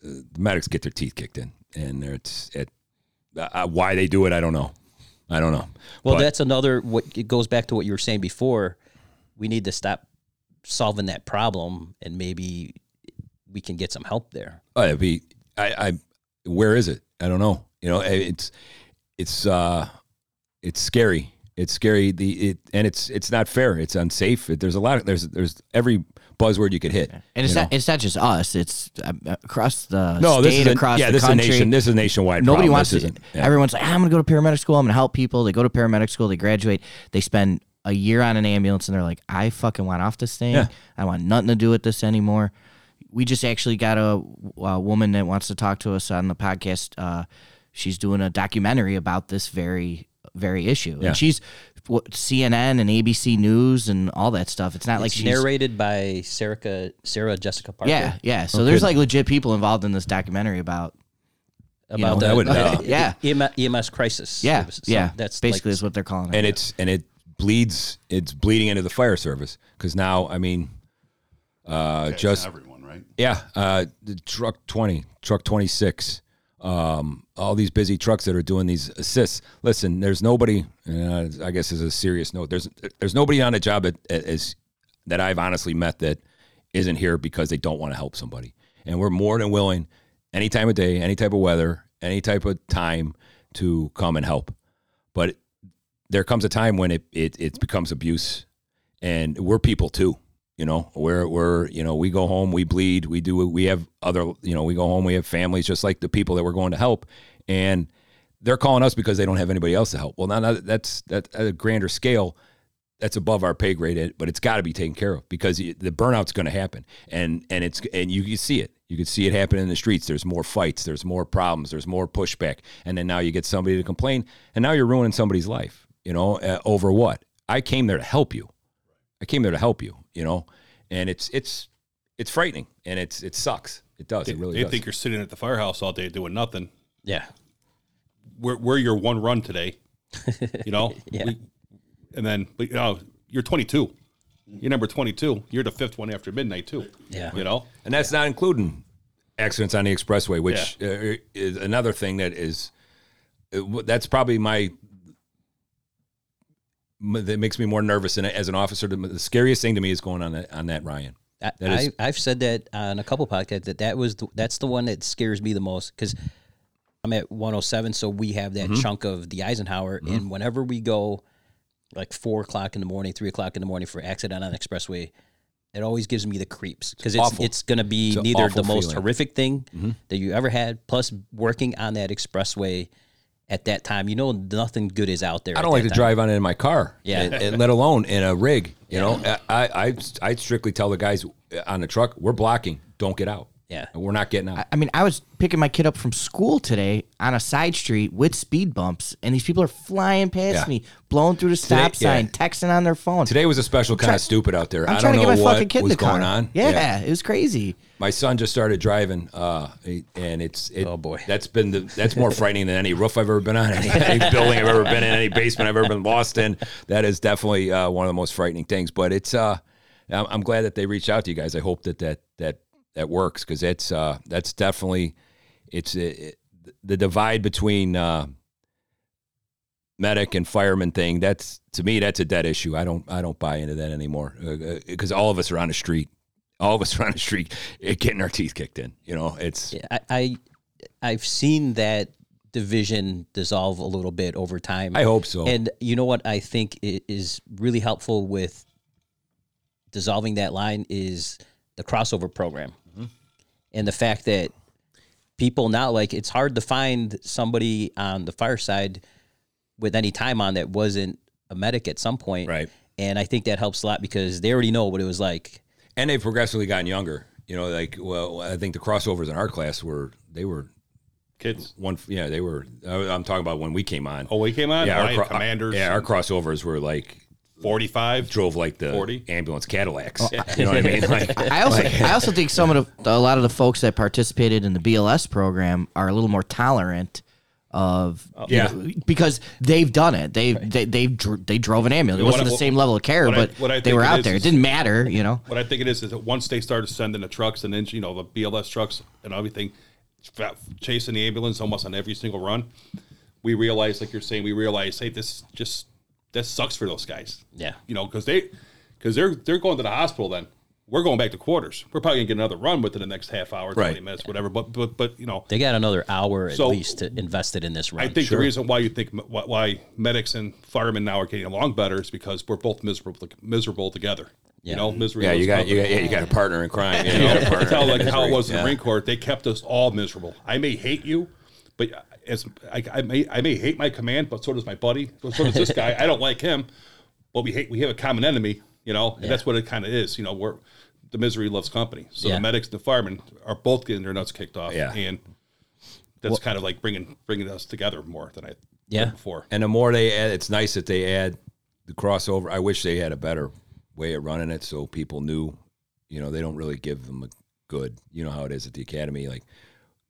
S4: the medics get their teeth kicked in, and they're- it's it, uh, why they do it. I don't know. I don't know.
S1: Well,
S4: But-
S1: that's another. What it goes back to what you were saying before. We need to stop solving that problem, and maybe we can get some help there.
S4: Oh, it'd be I, I where is it? I don't know. You know, eh, it's it's uh it's scary. It's scary. The it and it's it's not fair. It's unsafe. It, there's a lot of there's there's every buzzword you could hit.
S7: And it's
S4: you
S7: not,
S4: know.
S7: it's not just us. It's um, across the
S4: no, this
S7: state,
S4: is a,
S7: across
S4: yeah,
S7: the
S4: this
S7: country.
S4: is a nation. This is a nationwide.
S7: Nobody
S4: problem.
S7: wants
S4: This
S7: to.
S4: isn't- yeah.
S7: Everyone's like, "Ah, I'm going to go to paramedic school. I'm going to help people. They go to paramedic school. They graduate. They spend a year on an ambulance, and they're like, I fucking want off this thing.
S4: Yeah.
S7: I want nothing to do with this anymore. We just actually got a, a woman that wants to talk to us on the podcast. Uh, she's doing a documentary about this very, very issue,
S4: Yeah.
S7: and she's what, CNN and ABC News and all that stuff. It's not like she's
S1: Narrated by Sarah Sarah Jessica Parker.
S7: yeah, yeah. So there's like legit people involved in this documentary about you know,
S1: about
S4: I
S1: the E
S4: would- uh,
S7: yeah.
S1: EMS, EMS crisis.
S7: yeah,
S1: So
S7: yeah.
S1: That's
S7: basically
S1: like,
S7: is what they're calling it.
S4: and it's and it bleeds. It's bleeding into the fire service because now I mean, uh,
S3: That's
S4: just
S3: everyone, right?
S4: Yeah, uh, the truck twenty, truck twenty six, um, all these busy trucks that are doing these assists. Listen, there's nobody. Uh, I guess is a serious note. There's there's nobody on a job that is that I've honestly met that isn't here because they don't want to help somebody. And we're more than willing, any time of day, any type of weather, any type of time, to come and help. But there comes a time when it it, it becomes abuse and we're people too. You know, we're we're you know we go home, we bleed, we do we have other you know we go home, we have families just like the people that we're going to help, and they're calling us because they don't have anybody else to help. Well, now that- that's that at a grander scale, that's above our pay grade, but it's got to be taken care of because y- the burnout's going to happen, and and it's and you can see it. You can see it happen in the streets. There's more fights. There's more problems. There's more pushback, and then now you get somebody to complain, and now you're ruining somebody's life. You know, uh, over what? I came there to help you. I came there to help you. You know, and it's it's it's frightening, and it's it sucks. It does. It really
S6: they
S4: does.
S6: think you're sitting at the firehouse all day doing nothing.
S9: Yeah.
S6: We're, we're your one run today, you know. We- and then, but you know, you're 22. You're number 22. You're the fifth one after midnight too.
S9: Yeah.
S6: you know.
S4: and that's not including accidents on the expressway, which uh, is another thing that is uh, w- that's probably my m- that makes me more nervous in, as an officer. The the scariest thing to me is going on that, on that Ryan.
S1: I,
S4: That is-
S1: I, I've said that on a couple podcasts that that was the, that's the one that scares me the most because I'm at 107, so we have that
S4: Mm-hmm.
S1: chunk of the Eisenhower, and whenever we go like four o'clock in the morning, three o'clock in the morning for accident on the expressway, it always gives me the creeps because it's
S4: awful.
S1: it's going to be
S4: It's an
S1: neither
S4: awful
S1: the most
S4: feeling. Mm-hmm.
S1: horrific thing that you ever had, plus working on that expressway at that time. You know, nothing good is out there.
S4: I
S1: at
S4: don't like
S1: that
S4: to
S1: time.
S4: drive on it in my car,
S1: Yeah.
S4: and, and let alone in a rig. You know, I, I I strictly tell the guys uh, on the truck, we're blocking, don't get out.
S1: Yeah.
S4: And we're not getting out.
S7: I mean, I was picking my kid up from school today on a side street with speed bumps, and these people are flying
S4: Yeah.
S7: past me, blowing through the stop
S4: yeah.
S7: sign, texting on their phone.
S4: Today was a special kind
S7: try-
S4: of stupid out there. I do
S7: I'm
S4: not
S7: trying
S4: know
S7: to get my
S4: what
S7: fucking kid in
S4: was
S7: the car.
S4: going on.
S7: Yeah, it was crazy.
S4: My son just started driving, uh, and it's it,
S1: Oh, boy.
S4: That's been the, that's more frightening than any roof I've ever been on, any, any building I've ever been in, any basement I've ever been lost in. That is definitely uh, one of the most frightening things. But it's uh, I'm, I'm glad that they reached out to you guys. I hope that that that that works because it's uh, that's definitely it's it, it- the divide between uh, medic and fireman thing. That's to me that's a dead issue. I don't I don't buy into that anymore because all of us are on the street all of us are on the street eh, getting our teeth kicked in. You know, it's
S1: I, I I've seen that division dissolve a little bit over time.
S4: I hope so.
S1: And you know what I think i- is really helpful with dissolving that line is the crossover program.
S4: Mm-hmm.
S1: And the fact that people now like it's hard to find somebody on the fire side with any time on that wasn't a medic at some point.
S4: Right.
S1: And I think that helps a lot because they already know what it was like.
S4: and they've progressively gotten younger. You know, like well, I think the crossovers in our class were they were
S6: Kids.
S4: one. Yeah, they were. I- I'm talking about when we came on.
S6: Oh, we came on.
S4: yeah,
S6: Ryan
S4: cro-
S6: commanders.
S4: Yeah, our crossovers were like
S6: 45.
S4: drove like the
S6: 40?
S4: ambulance Cadillacs. You know what I mean? Like
S7: I also I also think some of the a lot of the folks that participated in the BLS program are a little more tolerant of you
S4: Yeah.
S7: know, because they've done it they they they, dr- they drove an ambulance it wasn't
S6: What I-
S7: the same level of care
S6: what I-
S7: but
S6: what I
S7: they
S6: think
S7: were
S6: it
S7: out
S6: is
S7: there
S6: is-
S7: it didn't matter you know
S6: What I think it is is that once they started sending the trucks and then you know the BLS trucks and everything, fa- chasing the ambulance almost on every single run, we realized, like you're saying, we realized, hey, this just this sucks for those guys.
S1: Yeah.
S6: you know, because they because they're they're going to the hospital then. We're going back to quarters. We're probably gonna get another run within the next half hour, twenty
S4: Right.
S6: minutes, whatever. But but but you know,
S1: They got another hour at
S6: So-
S1: least to invested in this run.
S6: I think the reason why you think m- why- why medics and firemen now are getting along better is because we're both miserable miserable together. You know, misery.
S4: yeah, you
S6: loves
S4: got
S6: company.
S4: you got yeah, you got a partner in crime. You know, a partner
S6: tell
S4: in
S6: like how it
S4: misery.
S6: was in
S4: Yeah.
S6: the Marine Corps. They kept us all miserable. I may hate you, but as I, I may I may hate my command, but so does my buddy. So does this guy. I don't like him, but we hate we have a common enemy. You know, and that's what it kind of is. You know, we're the misery loves company. So
S1: Yeah.
S6: the medics and the firemen are both getting their nuts kicked off.
S4: Yeah.
S6: and that's kind of like bringing bringing us together more than I
S1: Yeah.
S6: did before.
S4: And the more they add, it's nice that they add the crossover. I wish they had a better way of running it so people knew, you know, they don't really give them a good, you know how it is at the academy. Like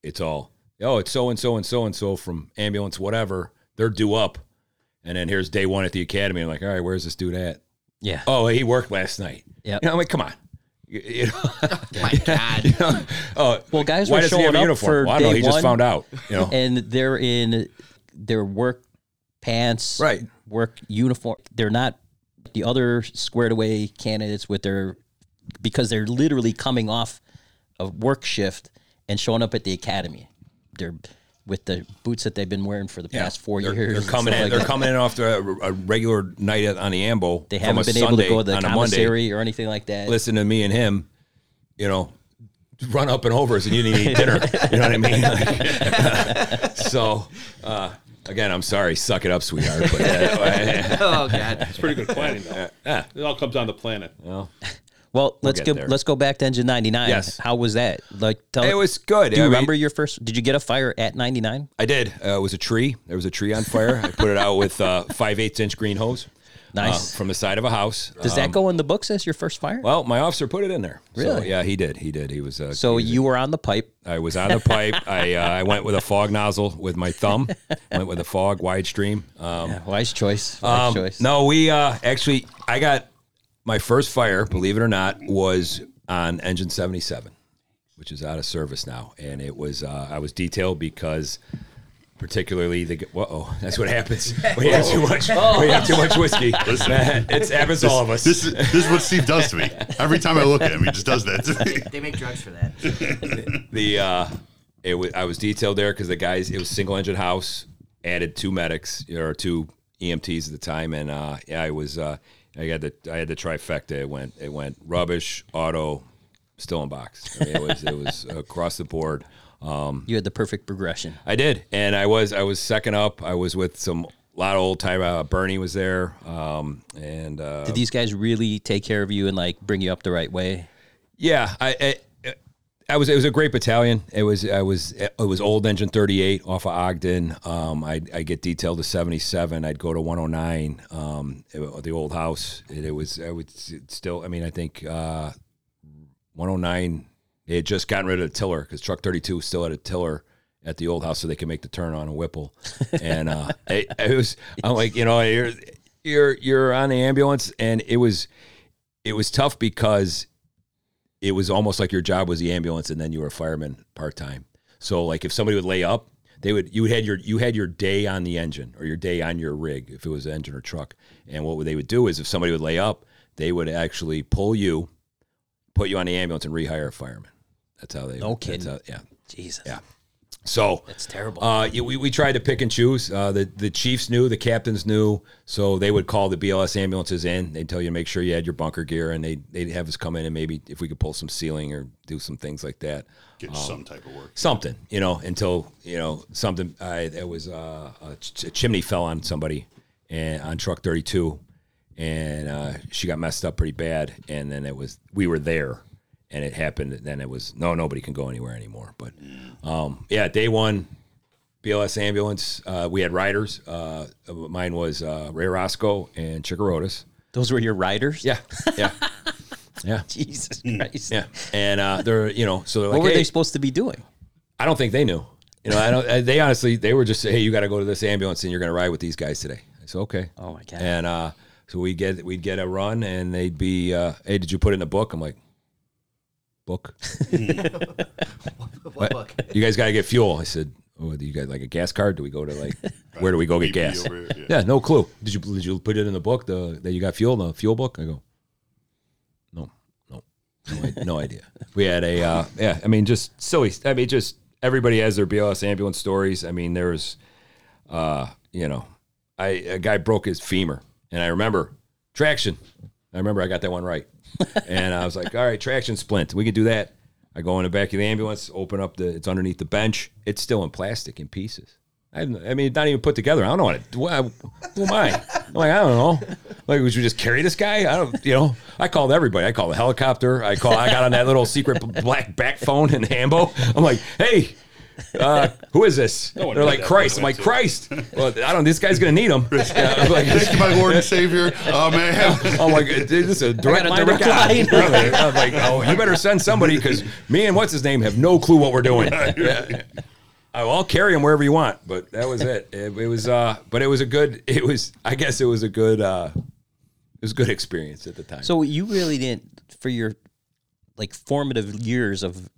S4: it's all, oh, it's so and so and so and so from ambulance, whatever. They're due up. And then here's day one at the academy. I'm like, all right, where's this dude at?
S1: yeah.
S4: Oh, he worked last night.
S1: Yep.
S4: You know, I'm like, come on. You- you know?
S7: my god
S4: oh,
S1: Well, guys
S4: why
S1: were
S4: doesn't he
S1: showing
S4: have a
S1: up
S4: uniform?
S1: for
S4: Well, I don't know.
S1: day
S4: He just
S1: one,
S4: found out. You know,
S1: and they're in their work pants,
S4: Right.
S1: Work uniform. They're not the other squared away candidates with their because they're literally coming off a work shift and showing up at the academy. They're with the boots that they've been wearing for the past 4
S4: they're,
S1: years.
S4: They're
S1: and
S4: coming
S1: stuff
S4: in.
S1: like
S4: they're
S1: that.
S4: coming in after a, a regular night at- on the ambo.
S1: They
S4: from
S1: haven't
S4: a
S1: been able to
S4: Sunday
S1: go to the
S4: on a Monday.
S1: commissary or anything like that.
S4: Listen to me and him. You know, run up and over us, and you didn't even eat dinner. you know what I mean? Like, so uh, Again, I'm sorry. Suck it up, sweetheart. But uh,
S7: Oh God.
S6: It's pretty good planning, though. It all comes down to planning.
S8: Well, let's
S4: get
S8: go.
S4: there.
S8: Let's go back to Engine 99.
S4: Yes.
S8: How was that? Like, tell.
S4: it was good.
S8: Do you
S4: I mean,
S8: remember your first? Did you get a fire at 99?
S4: I did. Uh, it was a tree. There was a tree on fire. I put it out with uh, five eighths inch green hose.
S8: Nice.
S4: uh, from the side of a house. Um,
S8: Does that go in the books as your first fire?
S4: Well, my officer put it in there. So,
S8: Really?
S4: yeah, he did. He did. He was. Uh,
S8: so
S4: he was-
S8: you were on the pipe.
S4: I was on the pipe. I uh, I went with a fog nozzle with my thumb. went with a fog wide stream. Um,
S8: Wise choice. Wise
S4: um,
S8: choice.
S4: No, we uh, actually. I got my first fire. Believe it or not, was on engine seventy seven, which is out of service now, and it was. Uh, I was detailed because. Particularly the oh that's what happens. We have too much. We have too much whiskey. It's happens to all of us.
S3: This is this is what Steve does to me. Every time I look at him, he just does that to me.
S7: They make drugs for that.
S4: the uh it was I was detailed there because the guys it was single engine house added two medics or two EMTs at the time and uh yeah I was uh I got the I had the trifecta it went it went rubbish auto still in box I mean, it was it was across the board
S8: you had the perfect progression.
S4: I did, and I was I was second up I was with some a lot of old time uh, Bernie was there um and uh,
S8: Did these guys really take care of you and like bring you up the right way?
S4: Yeah, I, I, I was. It was a great battalion. It was. I was. It was old engine thirty eight off of Ogden. Um, I I get detailed to seventy seven. I'd go to one hundred nine. Um, it- the old house. It, it was. I would s- it's still. I mean, I think uh, one hundred nine. They had just gotten rid of the tiller because truck thirty two was still at a tiller. At the old house, so they could make the turn on a Whipple, and uh, it, it was. I'm like, you know, you're you're you're on the ambulance, and it was it was tough because it was almost like your job was the ambulance and then you were a fireman part time. So like if somebody would lay up, they would you had your you had your day on the engine or your day on your rig if it was an engine or truck. And what they would do is if somebody would lay up, they would actually pull you, put you on the ambulance and rehire a fireman. That's how they
S8: No
S4: that's
S8: kidding.
S4: how- yeah.
S8: Jesus.
S4: Yeah. So
S8: That's terrible.
S4: uh, yeah, we, we tried to pick and choose. Uh, the, the chiefs knew, the captains knew, so they would call the BLS ambulances in. They'd tell you to make sure you had your bunker gear, and they'd, they'd have us come in and maybe if we could pull some ceiling or do some things like that.
S3: Get
S4: Oh.
S3: some type of work.
S4: Something, you know, until, you know, something. I, there was uh, a, ch- a chimney fell on somebody and on truck 32, and uh, she got messed up pretty bad. And then it was, we were there. And it happened. and Then it was no, nobody can go anywhere anymore. But um, yeah, day one, BLS ambulance. Uh, we had riders. Uh, mine was uh, Ray Roscoe and Chikarotis.
S8: Those were your riders?
S4: Yeah, yeah, yeah,
S8: Jesus Christ.
S4: yeah. And uh, they're you know so they're like,
S8: What were
S4: "Hey,"
S8: they supposed to be doing?
S4: I don't think they knew. You know, I don't. I- They honestly, they were just, hey, you got to go to this ambulance and you're going to ride with these guys today. I said, okay.
S8: Oh, my God.
S4: And uh, so we get we'd get a run and they'd be, uh, hey, did you put it in a book? I'm like, book.
S7: What book?
S4: you guys got to get fuel. I said, oh, do you guys like a gas card? Do we go to like, where do we go get
S3: BP
S4: gas?
S3: over here,
S4: yeah. no clue. Did you did you put it in the book the that you got fuel the fuel book? I go, no, no, no, i- no idea. We had a uh, yeah. I mean, just silly. I mean, just everybody has their BLS ambulance stories. I mean, there's, uh, you know, I a guy broke his femur, and I remember traction. I remember I got that one right, and I was like, all right, traction splint, we can do that. I go in the back of the ambulance, open up the, it's underneath the bench. It's still in plastic in pieces. I, haven't- I mean, it's not even put together. I don't know what it, what, I- who am I? I'm like, I don't know. Like, would you just carry this guy? I don't, you know, I called everybody. I called the helicopter. I call. I got on that little secret black back phone in Hambo. I'm like, hey, uh, who is this?
S6: one
S4: They're
S6: did
S4: like,
S6: that,
S4: Christ.
S6: by
S4: I'm
S6: the way,
S4: like,
S6: too.
S4: Christ. Well, I don't, this guy's going to need him. Yeah, I'm like,
S3: Thank you, my Lord and Savior. Oh man.
S4: Oh my god, this is a direct,
S8: got a direct
S4: line. to God.
S8: line.
S4: I'm like, oh, you better send somebody because me and what's his name have no clue what we're doing. Yeah. Oh, I'll carry him wherever you want, but that was it. It, it was, uh, but it was a good. It was, I guess, it was a good. Uh, it was a good experience at the time.
S8: So you really didn't for your like formative years of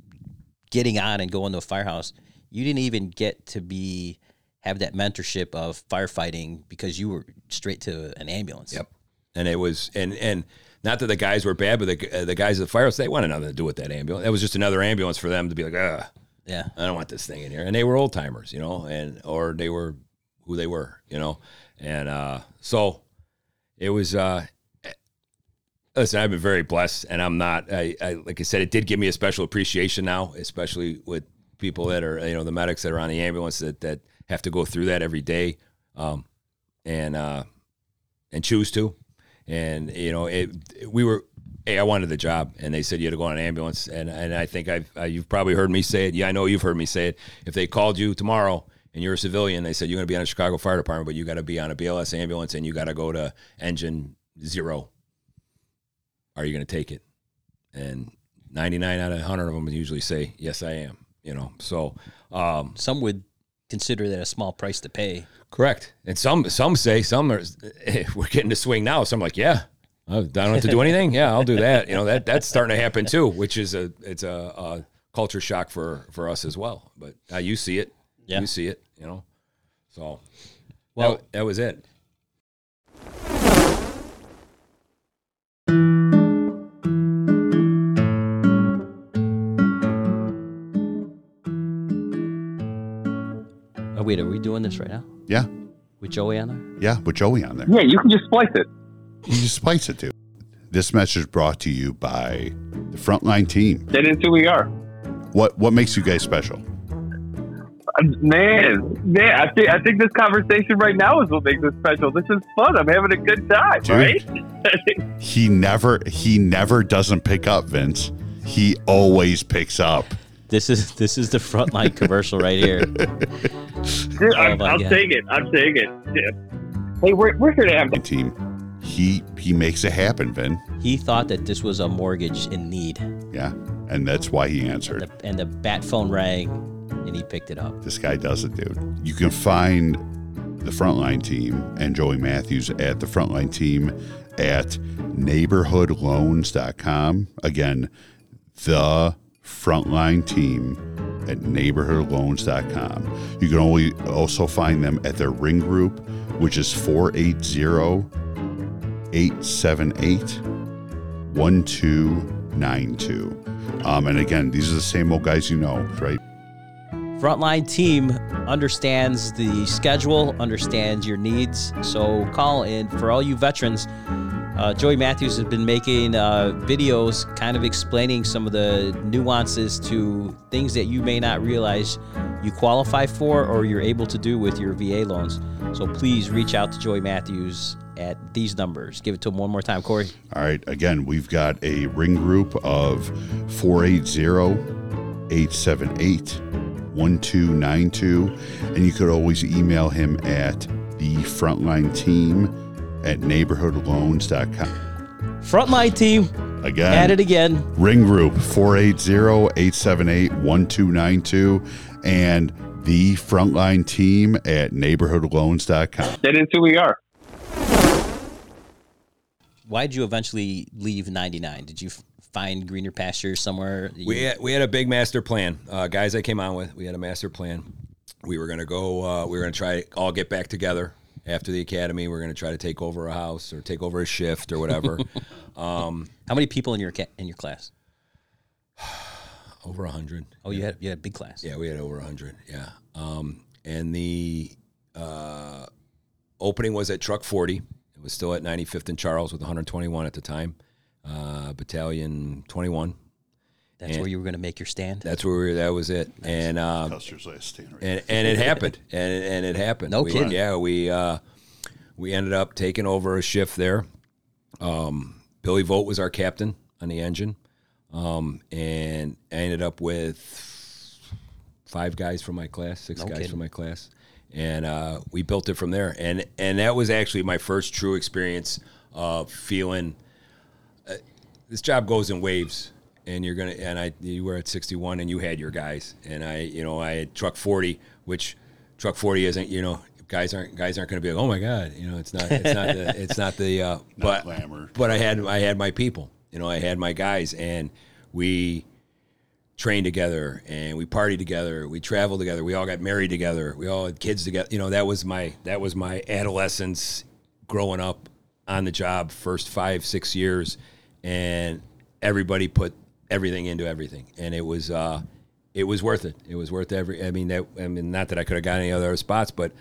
S8: getting on and going to a firehouse, you didn't even get to be have that mentorship of firefighting because you were straight to an ambulance.
S4: Yep. And it was, and and not that the guys were bad, but the uh, the guys at the fire they wanted nothing to do with that ambulance. That was just another ambulance for them to be like, ah,
S8: Yeah.
S4: I don't want this thing in here. And they were old timers, you know, and or they were who they were, you know, and uh, so it was. Uh, listen, I've been very blessed, and I'm not. I, I like I said, it did give me a special appreciation now, especially with people that are you know the medics that are on the ambulance that that have to go through that every day, um, and uh, and choose to, and you know it, we were. Hey, I wanted the job, and they said you had to go on an ambulance, and and I think I've uh, you've probably heard me say it. Yeah, I know you've heard me say it. If they called you tomorrow and you're a civilian, they said you're going to be on a Chicago Fire Department, but you got to be on a BLS ambulance and you got to go to engine zero. Are you going to take it? and 99 out of 100 of them would usually say yes i am you know so um
S1: Some would consider that a small price to pay.
S4: correct and some some say some are we're getting to swing now some are like yeah i don't have to do anything yeah i'll do that you know that that's starting to happen too which is a it's a, a culture shock for for us as well but uh, you see it
S1: Yeah.
S4: you see it you know so well
S1: Well-
S4: that, that was it
S10: Oh, wait, are we doing this right now
S3: Yeah.
S10: with Joey on there?
S3: Yeah. With Joey on there.
S5: Yeah, you can just splice it.
S3: You just spice it too. This message brought to you by the frontline team.
S5: That is who we are.
S3: What what makes you guys special?
S5: Uh, Man, man, I think I think this conversation right now is what makes this special. This is fun. I'm having a good time,
S3: Dude.
S5: right?
S3: He never he never doesn't pick up, Vince. He always picks up.
S10: This is this is the frontline commercial right here.
S5: Dude, I'm,
S10: my
S5: I'll
S10: God.
S5: take it. I'm taking it. Yeah. Hey, we're, we're here to have
S3: Team. He he makes it happen, Vin.
S1: He thought that this was a mortgage in need,
S3: Yeah. And that's why he answered.
S1: The- and the bat phone rang, and he picked it up.
S3: This guy does it, dude. You can find the frontline team and Joey Matthews at the frontline team at neighborhoodloans.com. Again, the frontline team at neighborhoodloans.com. You can only also find them at their ring group, which is 480 878 1292. Um, and again, these are the same old guys you know, right?
S1: Frontline team understands the schedule, understands your needs. So call in for all you veterans. Uh, Joey Matthews has been making uh, videos kind of explaining some of the nuances to things that you may not realize you qualify for or you're able to do with your VA loans. So please reach out to Joey Matthews at these numbers. Give it to him one more time, Corey.
S3: All right. Again, we've got a ring group of 480 878 1292. And you could always email him at the frontline team at neighborhoodloans.com.
S1: Frontline team,
S3: Again,
S1: at it again.
S3: ring group 480 878 1292 and the frontline team at neighborhoodloans.com.
S5: that is who we are.
S1: Why'd you eventually leave 99? Did you f- find greener pastures somewhere?
S4: We had, we had a big master plan. Uh, guys, I came on with, we had a master plan. We were going to go, uh, we were going to try all get back together after the academy. We are going to try to take over a house or take over a shift or whatever.
S1: How many people in your ca- in your class?
S4: over 100.
S1: Oh, you had you had a big class.
S4: Yeah, we had over 100. Yeah. Um, and the uh, opening was at truck 40. It was still at 95th and Charles with 121 at the time, uh, battalion 21.
S1: That's where you were going to make your stand.
S4: That's where we were, that was it. And uh,
S3: Custer's last stand right
S4: and and it happened, and and it happened.
S1: No
S4: we,
S1: kidding.
S4: Yeah, we uh, we ended up taking over a shift there. Um, Billy Vogt was our captain on the engine, um, and I ended up with five guys from my class, six guys
S1: kidding.
S4: from my class, and uh, we built it from there. And and that was actually my first true experience of feeling uh, this job goes in waves and you're gonna and i you were at 61 and you had your guys and i you know i had truck 40 which truck 40 isn't you know guys aren't guys aren't gonna be like oh my god you know it's not it's not the it's not the uh but
S3: glamour.
S4: but i had i had my people you know i had my guys and we trained together and we partied together we traveled together we all got married together we all had kids together you know that was my that was my adolescence growing up on the job first five six years and everybody put everything into everything and it was uh it was worth it it was worth every i mean that i mean not that i could have got any other spots but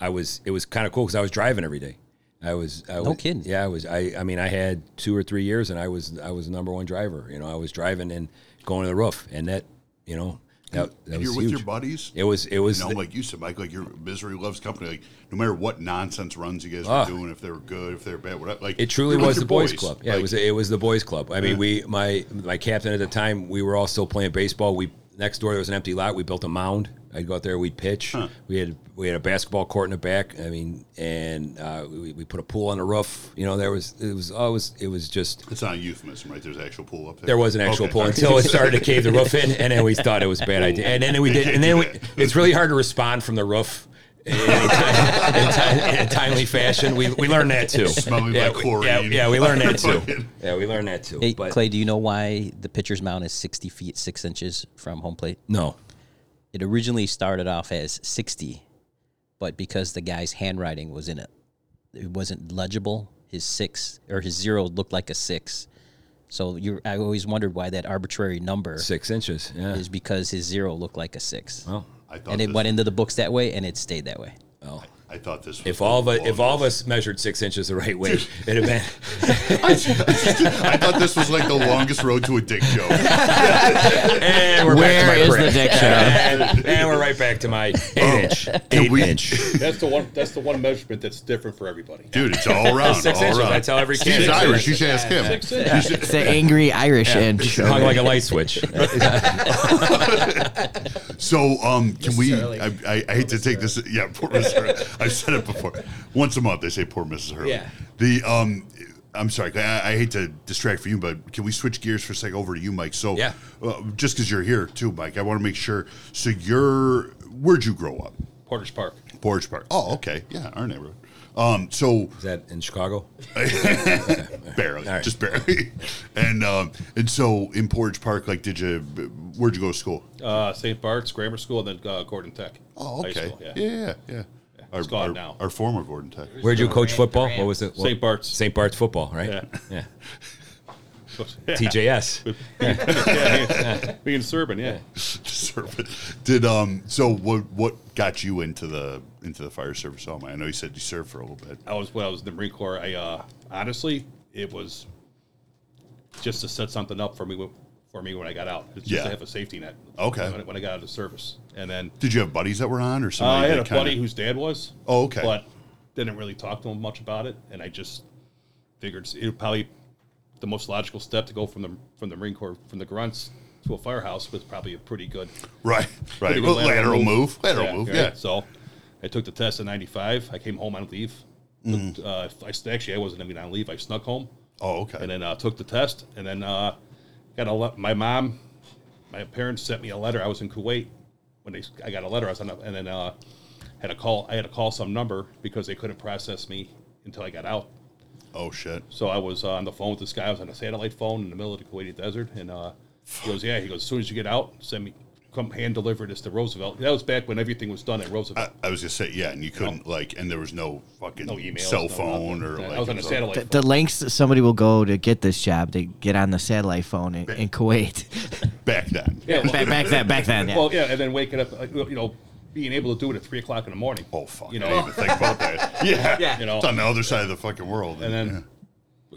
S4: i was it was kind of cool because i was driving every day i was I was,
S1: kidding.
S4: yeah, I was. I, I mean, I had two or three years, and I was I was the number one driver. You know, I was driving and going to the roof, and that you know Yep, that
S3: and
S4: was
S3: you're with your
S4: huge.
S3: buddies.
S4: It was. It was.
S3: You know,
S4: the-
S3: like you said, Mike, like your misery loves company. Like no matter what nonsense runs you guys
S4: Ah.
S3: were doing, if they were good, if they were bad, whatever. Like
S4: It truly
S3: you're with
S4: was
S3: your
S4: the boys, club. Yeah,
S3: Like,
S4: it was it was the boys club. I mean, we my my captain at the time, we were all still playing baseball. We next door there was an empty lot. We built a mound. I'd go out there, we'd pitch. We had we had a basketball court in the back. I mean, and uh, we, we put a pool on the roof. You know, there was it was always it was just
S3: It's not a euphemism, right? There's an actual pool up there.
S4: there was an actual
S3: Okay,
S4: pool
S3: all right.
S4: until it started to cave the roof in, and then we thought it was a bad idea. And then we did, and then we, it's really hard to respond from the roof. In, a time- in time- in a timely fashion, we, we learned that too.
S3: Smelling
S4: yeah,
S3: like
S4: we-
S3: chlorine.
S4: yeah, yeah, we learned that too. Yeah, we learned that too.
S8: Hey,
S4: but
S8: Clay, do you know why the pitcher's mound is 60 feet 6 inches from home plate?
S4: no,
S8: It originally started off as 60, but because the guy's handwriting was in it, it wasn't legible. His 6 or his 0 looked like a 6. So you I always wondered why that arbitrary number
S4: six inches. Yeah.
S8: is because his 0 looked like a 6.
S4: well,
S3: I thought
S8: and it
S3: this,
S8: went into the books that way and it stayed that way.
S4: well.
S3: I thought this. Was
S4: If all of us,
S3: the-
S4: if all of us measured six inches the right way, it'd have been.
S3: I thought this was like the longest road to a dick joke.
S4: And we're back to
S7: Where
S4: my
S7: is
S4: prick.
S7: the dictionary?
S4: And, and we're right back to my eight
S3: Oh,
S4: inch. Eight
S3: we-
S4: inch.
S6: That's the one. That's the one measurement that's different for everybody.
S3: Dude, it's all around.
S4: Six
S3: all
S4: inches,
S3: around.
S4: I tell every kid.
S3: He's
S4: Six
S3: Irish.
S4: inches.
S3: You should ask him. You should-
S7: It's the angry Irish inch.
S4: Hung like a light switch.
S3: So, um, can we? I, I, I hate to take this. Yeah, poor Mrs. Hurley. I've said it before. Once a month, they say poor Mrs. Hurley.
S4: Yeah.
S3: The um, I'm sorry. I, I hate to distract for you, but can we switch gears for a second over to you, Mike? So,
S4: Yeah.
S3: uh, just because you're here too, Mike, I want to make sure. So, you're where'd you grow up?
S6: Porter's Park.
S3: Porridge Park. Oh, okay. Yeah, our neighborhood. Um, so
S4: Is that in Chicago?
S3: barely,
S4: All right.
S3: just barely. and um, and so in Porridge Park, like, did you? Where'd you go to school?
S6: Uh, St. Bart's Grammar School and then uh, Gordon Tech.
S3: Oh,
S6: High
S3: okay.
S6: school,
S3: yeah,
S6: yeah.
S3: yeah, yeah. Our,
S6: gone
S3: our-
S6: now.
S3: our former Gordon Tech.
S4: Where'd you coach football? What was it?
S6: St. Bart's.
S4: St. Bart's football, right?
S6: Yeah.
S4: Yeah.
S6: Yeah.
S4: TJS.
S6: Being in Serban, yeah.
S3: servant. Did um so what what got you into the into the fire service home? I know you said you served for a little bit.
S6: I was when I was in the Marine Corps. I uh, honestly, it was just to set something up for me when- for me when I got out. It's just
S3: Yeah.
S6: to have a safety net.
S3: Okay.
S6: When, I- when I got out of the service, and then
S3: Did you have buddies that were on or
S6: uh, I
S3: somebody?
S6: had a
S3: that kinda-
S6: buddy whose dad was.
S3: Oh, okay.
S6: But didn't really talk to him much about it, and I just figured it would probably the most logical step to go from the from the Marine Corps from the grunts to a firehouse was probably a pretty good
S3: right, right.
S6: pretty
S3: Well,
S6: good
S3: lateral, move. Lateral move.
S6: right.
S3: Yeah.
S6: So I took the test in '95. I came home on leave.
S3: Mm.
S6: Took, uh, I st- actually I wasn't even on leave. I snuck home
S3: Oh, okay.
S6: and then uh, took the test and then uh, got a le- my mom, my parents sent me a letter. I was in Kuwait when they I got a letter. I was on a, and then uh, had a call. I had to call some number because they couldn't process me until I got out.
S3: oh shit.
S6: So I was uh, on the phone with this guy. I was on a satellite phone in the middle of the Kuwaiti desert, and uh, he goes, "Yeah." He goes, "As soon as you get out, send me, come hand deliver this to Roosevelt." That was back when everything was done at Roosevelt.
S3: I, I was gonna say yeah, and you couldn't like, and there was no fucking
S6: no emails,
S3: cell
S6: no
S3: phone
S6: nothing.
S3: or like.
S6: I was on
S3: it
S6: a
S3: all-
S6: satellite.
S7: The,
S6: phone.
S7: the lengths that somebody will go to get this job to get on the satellite phone in, in Kuwait.
S3: back then.
S6: Yeah, well,
S7: back, back then, back then. Yeah.
S6: well, yeah, and then waking up, uh, you know, being able to do it at three o'clock in the morning.
S3: Oh fuck!
S6: you
S3: I didn't
S6: know,
S3: even think about that. Yeah,
S7: Yeah.
S6: you know,
S3: It's on the other side of the fucking world.
S6: and
S3: yeah.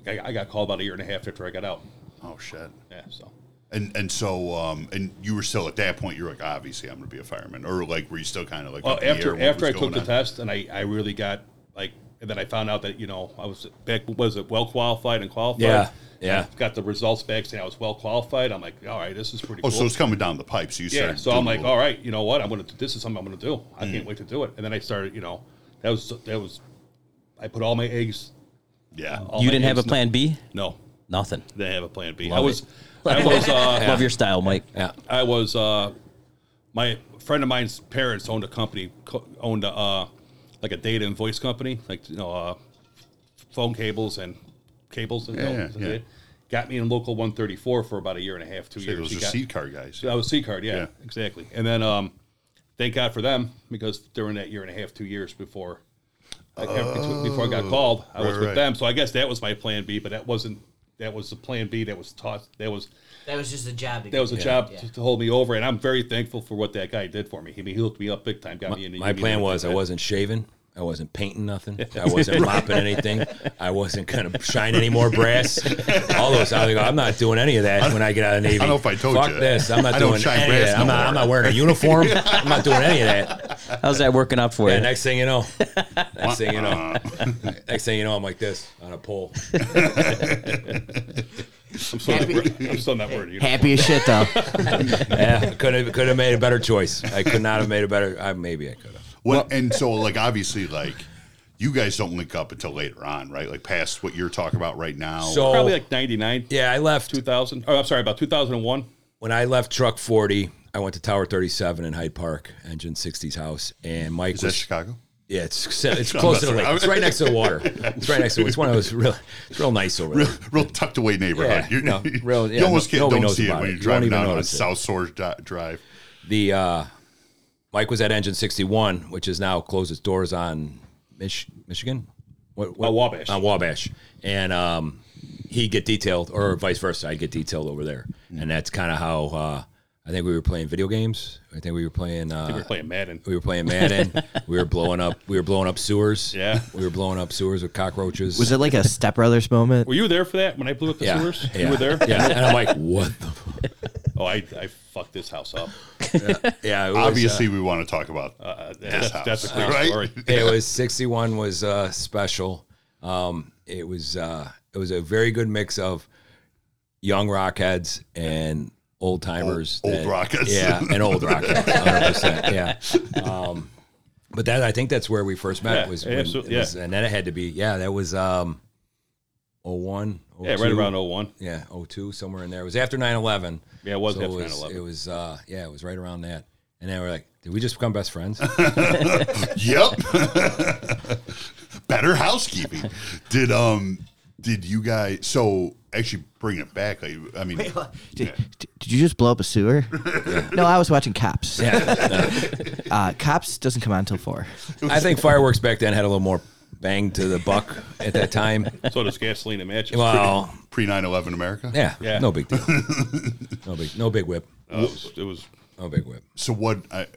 S6: then I, I got called about a year and a half after I got out.
S3: oh shit.
S6: Yeah, so
S3: And and so um and you were still at that point. You're like, obviously, I'm gonna be a fireman, or like, were you still kind of like?
S6: well,
S3: up in the air
S6: after
S3: what
S6: after
S3: was
S6: I took
S3: going
S6: the
S3: on?
S6: test, and I, I really got like, and then I found out that you know I was back was it well qualified and qualified.
S4: Yeah, yeah.
S6: I got the results back saying I was well qualified. I'm like, all right, this is pretty.
S3: Oh,
S6: cool.
S3: so it's coming down the pipe. So you
S6: yeah.
S3: started
S6: So
S3: doing
S6: I'm
S3: a
S6: like,
S3: little-
S6: all right, you know what? I'm gonna this is something I'm gonna do. I
S3: Mm.
S6: can't wait to do it. And then I started, you know, that was that was, I put all my eggs.
S3: yeah.
S6: all
S8: you
S6: my
S8: didn't have a
S6: eggs-
S8: plan B?
S6: No,
S8: Nothing.
S6: they have a plan B. I
S8: Love
S6: was,
S8: it.
S6: I was, uh,
S8: Love your style, Mike.
S4: Yeah.
S6: I was, uh, my friend of mine's parents owned a company, co- owned a, uh, like a data and voice company, like you know, uh, phone cables and cables. And
S3: Yeah, yeah,
S6: you know,
S3: yeah.
S6: Got me in local 134 for about a year and a half, two
S3: It
S6: years.
S3: was
S6: He
S3: a
S6: got-
S3: seed car guys.
S6: I was C card, yeah,
S3: Yeah.
S6: exactly. And then, um, thank God for them because during that year and a half, two years before, I, before I got called, I was
S3: Oh, right,
S6: with
S3: right.
S6: them. So I guess that was my plan B, but that wasn't. That was the plan B that was taught. That was
S7: That was just a job.
S6: that was a job to, to hold me over, and I'm very thankful for what that guy did for me. He, he hooked me up big time, got me in.
S4: My plan was I wasn't shaving. I wasn't painting nothing. I wasn't mopping anything. I wasn't gonna shine any more brass. All those. I was like, I'm not doing any of that when I get out of the navy.
S3: I don't know if I told
S4: Fuck
S3: you.
S4: this. I'm not
S3: I don't
S4: doing
S3: shine
S4: any
S3: brass
S4: of that. I'm,
S3: no
S4: not,
S3: more.
S4: I'm not wearing a uniform. I'm not doing any of that.
S8: How's that working out for
S4: Yeah,
S8: you?
S4: next thing you know, next thing you know, next thing you know, I'm like this on a pole.
S6: I'm still, not, I'm still not worried.
S7: Happy as shit though.
S4: Yeah, could have could have made a better choice. I could not have made a better. I, maybe I could have.
S3: Well, and so like obviously like you guys don't link up until later on, right? Like past what you're talking about right now.
S4: So
S6: Probably like 99,
S4: yeah, I left
S6: 2000. Oh, I'm sorry, about 2001.
S4: when I left truck 40. I went to Tower 37 in Hyde Park, engine 60's house, and Mike
S3: is that
S4: was
S3: Chicago?
S4: Yeah, it's it's close to the lake. It's right next to the water. It's right next to. It's one of those real. It's real nice over there.
S3: Real, real tucked away neighborhood.
S4: Yeah,
S3: you
S4: no, real- yeah,
S3: you almost
S4: no-
S3: can't,
S4: nobody
S3: don't
S4: knows
S3: see it
S4: about
S3: when
S4: it.
S3: you're
S4: You don't
S3: driving
S4: even
S3: down on
S4: notice it.
S3: South Shore Dri- Drive.
S4: The uh, Mike was at Engine 61, which is now closed its doors on Mich- Michigan. What, what
S6: On Wabash.
S4: On Wabash, and um, he'd get detailed, or vice versa. I'd get detailed over there,
S3: Hmm.
S4: and that's kind of how uh, I think we were playing video games. I think we were playing. Uh,
S6: We were playing Madden.
S4: we were playing Madden. we were blowing up. We were blowing up sewers.
S6: Yeah.
S4: we were blowing up sewers with cockroaches.
S7: Was it like a Step Brothers moment?
S6: Were you there for that when I blew up the sewers?
S4: Yeah.
S6: You were there?
S4: Yeah. And I'm like, what the? F-?
S6: Oh, I, I fucked this house up.
S4: Yeah. It was, uh,
S3: Obviously, we want to talk about
S6: Uh,
S3: this
S6: that's,
S3: house,
S6: that's a great
S3: right?
S6: story.
S4: it was 61 was uh, special. Um, it was uh, it was a very good mix of young rockheads and old timers.
S3: Old- old rockheads.
S4: Yeah, and old rockheads. 100%, yeah. Um, but that I think that's where we first met
S6: Yeah,
S4: was,
S6: yeah,
S4: when
S6: absolute-
S4: it was-
S6: yeah.
S4: and then it had to be yeah that was um 01
S6: Yeah, right
S4: 02.
S6: around 01.
S4: yeah 02 somewhere in there it was after 9-11
S6: Yeah, it was
S4: it
S6: after
S4: was,
S6: 9/11.
S4: it was uh yeah it was right around that and then we're like did we just become best friends
S3: yep. Better housekeeping. Did um did you guys so actually bring it back? Like, I mean,
S7: Did, did you just blow up a sewer? No, I was watching Cops.
S4: yeah
S7: Uh, Cops doesn't come on until four.
S4: I think fireworks back then had a little more bang to the buck at that time.
S6: So does gasoline and matches.
S4: Well,
S3: pre 9/11 America.
S4: yeah,
S6: Yeah.
S4: no big deal. No big, no big whip,
S6: Uh, it was, it was-
S4: no big whip.
S3: So what I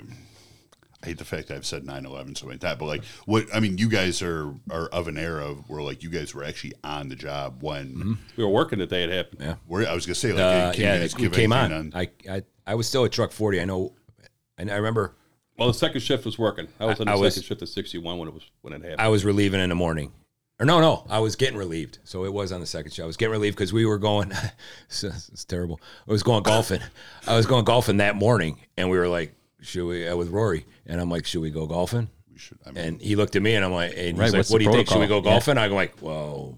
S3: I hate the fact that I've said 9/11 so many times, but like what I mean, you guys are are of an era where like you guys were actually on the job when
S6: we were working the day it happened.
S4: Yeah.
S3: where I was gonna say like
S4: Mm-hmm. Uh,
S3: can
S4: yeah,
S3: you guys
S4: it
S3: give
S4: came on.
S3: anything
S4: I, I, I was still at truck forty. I know, and I remember
S6: Well, the second shift was working. I was on the
S4: I
S6: second
S4: was-
S6: shift at 61 when it was when it happened.
S4: I was relieving in the morning. Or no, no, I was getting relieved. So it was on the second show. I was getting relieved because we were going. it's, it's terrible. I was going golfing. I was going golfing that morning, and we were like, "Should we?" Uh, with Rory, and I'm like, "Should we go golfing?"
S3: we should I mean,
S4: And he looked at me and I'm like, and he's
S1: Right,
S4: like,
S1: what's
S4: what do
S1: the
S4: you think? Should we go
S1: protocol? Yeah.
S4: golfing? I'm like, well,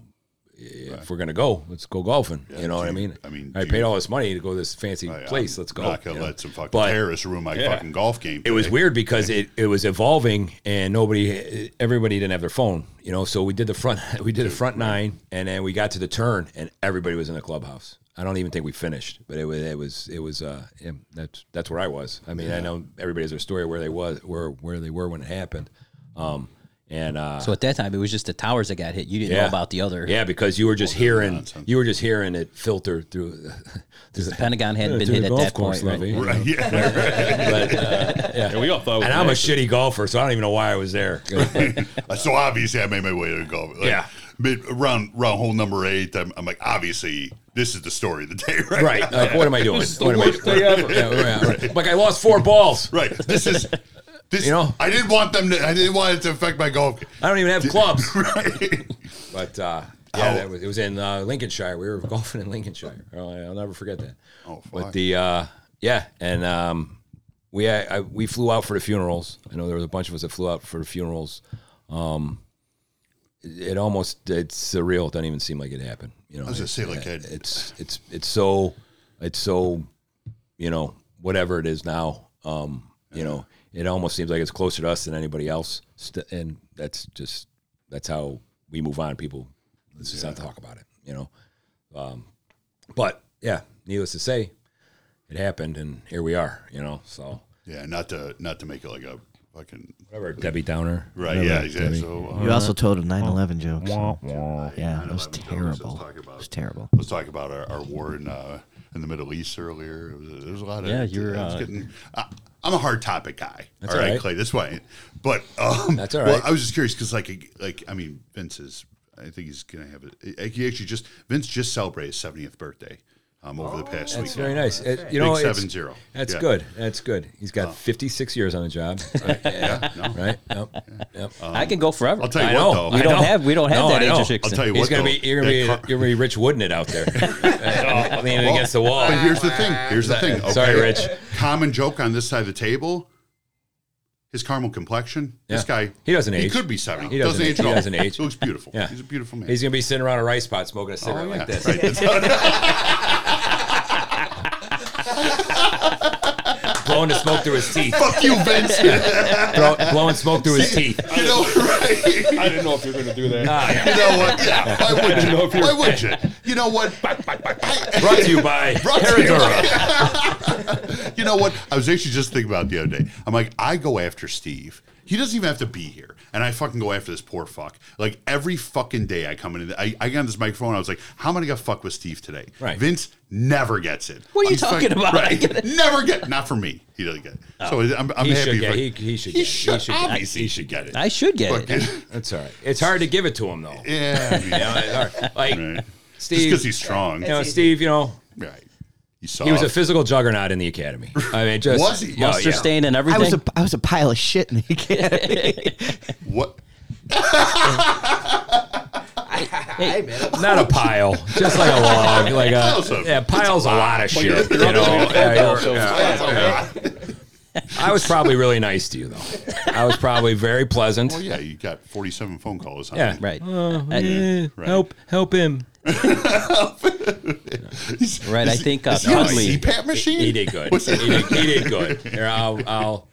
S4: if we're going to go, let's go golfing. you know what I
S3: do you-
S4: mean?
S3: I mean,
S4: I
S3: do
S4: paid
S3: you-
S4: all this money to go to this fancy
S3: I-
S4: place.
S3: I'm
S4: let's go.
S3: Not gonna
S4: you know?
S3: let some fucking
S4: But
S3: terrorists ruin my fucking golf game.
S4: It was
S3: today.
S4: weird because it, it was evolving and nobody, everybody didn't have their phone, you know? So we did the front, we did the front nine and then we got to the turn and everybody was in the clubhouse. I don't even think we finished, but it was, it was, it was, uh, yeah, that's, that's where I was. I mean, I know everybody has their story where they was, where, where they were when it happened. Um, and, uh,
S8: So at that time, it was just the towers that got hit. You didn't know about the other.
S4: Yeah, because you were just hearing
S3: nonsense.
S4: you were just hearing it filter through through the
S8: Pentagon hadn't been
S4: through
S8: hit
S4: the
S8: at
S4: golf
S8: that
S4: course
S8: point. Right?
S4: levy.
S3: Right, yeah.
S4: But, uh, yeah.
S6: and we all thought. It was
S4: And I'm a
S6: an
S4: shitty golfer, so I don't even know why I was there.
S3: Uh, so obviously I made my way to golf. Like,
S4: Yeah.
S3: But round round hole number eight, I'm, I'm like, obviously this is the story of the day, right?
S4: right. Like, what am I doing?
S6: the
S4: What am I
S6: worst day ever.
S4: Yeah, yeah, right. Like I lost four balls.
S3: Right. This is this
S4: You know?
S3: I didn't want them to I didn't want it to affect my golf game.
S4: I don't even have clubs.
S3: right.
S4: But uh, yeah,
S3: Oh.
S4: that was, it was in uh, Lincolnshire. We were golfing in Lincolnshire. I'll, I'll never forget that.
S3: Oh, fuck.
S4: But the uh, yeah, and um, we I, I, we flew out for the funerals. I know there was a bunch of us that flew out for the funerals. Um, it almost it's surreal. It doesn't even seem like it happened. You know,
S3: I was gonna say, like,
S4: it,
S3: I-
S4: it's it's it's so it's so you know whatever it is now. Um, you know, it almost seems like it's closer to us than anybody else, st- and that's just that's how we move on. People, let's just not talk about it. You know, um, but yeah, needless to say, it happened, and here we are. You know, so
S3: Yeah, not to not to make it like a fucking
S4: whatever, Debbie Downer,
S3: right.
S4: whatever,
S3: yeah, exactly.
S4: Debbie.
S3: So uh,
S7: You also told a 9/11 joke. so- Yeah, it was
S3: 9/11 jokes,
S7: terrible.
S3: let's talk
S7: It
S3: about-
S7: was terrible.
S3: let's talk about our, our war in uh, in the Middle East earlier. It was, there was a lot of
S8: Yeah, you're,
S3: I was
S8: uh,
S3: getting. I, I'm a hard topic guy.
S4: That's
S3: all right,
S4: all right.
S3: Clay. That's why. But um,
S4: That's all
S3: Well,
S4: right.
S3: I was just curious because, like, like I mean, Vince is. I think he's gonna have it. He actually just Vince just celebrated his 70th birthday um, over the past
S4: That's
S3: weekend.
S4: very nice. It- you
S3: Big
S4: know, it's-
S3: 7-0.
S4: That's
S3: Yeah.
S4: good. That's good. He's got 56 years on the job. Right.
S3: Yeah, no.
S4: right? Yep. Yep.
S1: I can go forever.
S3: I'll tell you
S4: I know.
S3: what, though.
S1: we don't
S4: know.
S1: have we don't have
S4: No,
S1: that
S4: I
S1: age
S4: know.
S3: I'll
S1: restriction.
S3: tell you
S4: He's
S3: what.
S4: gonna
S3: though,
S4: be you're gonna be,
S3: that car-
S4: you're gonna be Rich Wooden it out there, I mean
S3: Well,
S4: against the wall.
S3: But here's the thing. Here's the thing. Okay.
S4: Sorry, Rich.
S3: Common joke on this side of the table. His caramel complexion. This
S4: Yeah.
S3: guy.
S4: He doesn't
S3: He
S4: age.
S3: could be seventy.
S4: He doesn't age.
S3: at
S4: He
S3: all.
S4: doesn't age.
S3: He looks beautiful.
S4: Yeah.
S3: He's a beautiful man.
S4: He's gonna be sitting around a rice pot smoking a cigarette
S3: Oh, yeah.
S4: like this.
S3: Right. That's how
S4: blowing the smoke through his teeth.
S3: Fuck you, Vince. you
S4: Blow- blowing smoke through his teeth.
S3: know, right?
S6: I didn't know if you were going to do that.
S4: Ah, yeah.
S3: You know what? Yeah. Why would you?
S6: know if you
S3: Why would you? You know what?
S4: Brought to you by
S3: Brought to
S4: Herradura.
S3: you. you know what? I was actually just thinking about it the other day. I'm like, I go after Steve. He doesn't even have to be here, and I fucking go after this poor fuck. Like every fucking day, I come in. I, I got on this microphone. I was like, "How am I gonna fuck with Steve today?"
S4: Right.
S3: Vince never gets it.
S1: What are you
S3: I'm
S1: talking about? I
S3: Right.
S1: get
S3: never get. Not for me. He doesn't get. It. So I'm, I'm
S4: Oh. He
S3: happy.
S4: should
S3: if
S4: get.
S3: I-
S4: He, he should.
S3: he
S4: get,
S3: should.
S4: He should get.
S3: obviously, he should get it.
S1: I should get it.
S3: Fucking-
S4: That's all right. It's hard to give it to him though.
S3: yeah. I mean,
S4: It's hard. Like
S3: right. Just
S4: Steve,
S3: because he's strong.
S4: you know, Steve, you know,
S3: Right. You saw.
S4: he was a physical juggernaut in the academy. I mean, just
S3: Was he?
S4: Oh,
S3: Monster
S4: yeah.
S1: Staying in
S7: I
S1: everything.
S7: was a I was a pile of shit in the academy.
S3: what?
S4: not a pile, just like a log, like
S3: Pile's
S4: a
S3: a-
S4: yeah, piles a lot of shit. You
S3: you're
S4: know,
S3: up
S4: Yeah, you're-
S3: Yeah.
S4: I was probably really nice to you though. I was probably very pleasant.
S3: Well, yeah, you got 47 phone calls. On
S4: Yeah.
S1: right.
S4: Uh,
S3: Right.
S4: Eh, Help, help him.
S1: Right, I think, uh,
S3: is he on a
S1: Conley-
S3: CPAP machine?
S4: He did good.
S3: What's
S4: he,
S3: that?
S4: did, he did good. Here, I'll, I'll,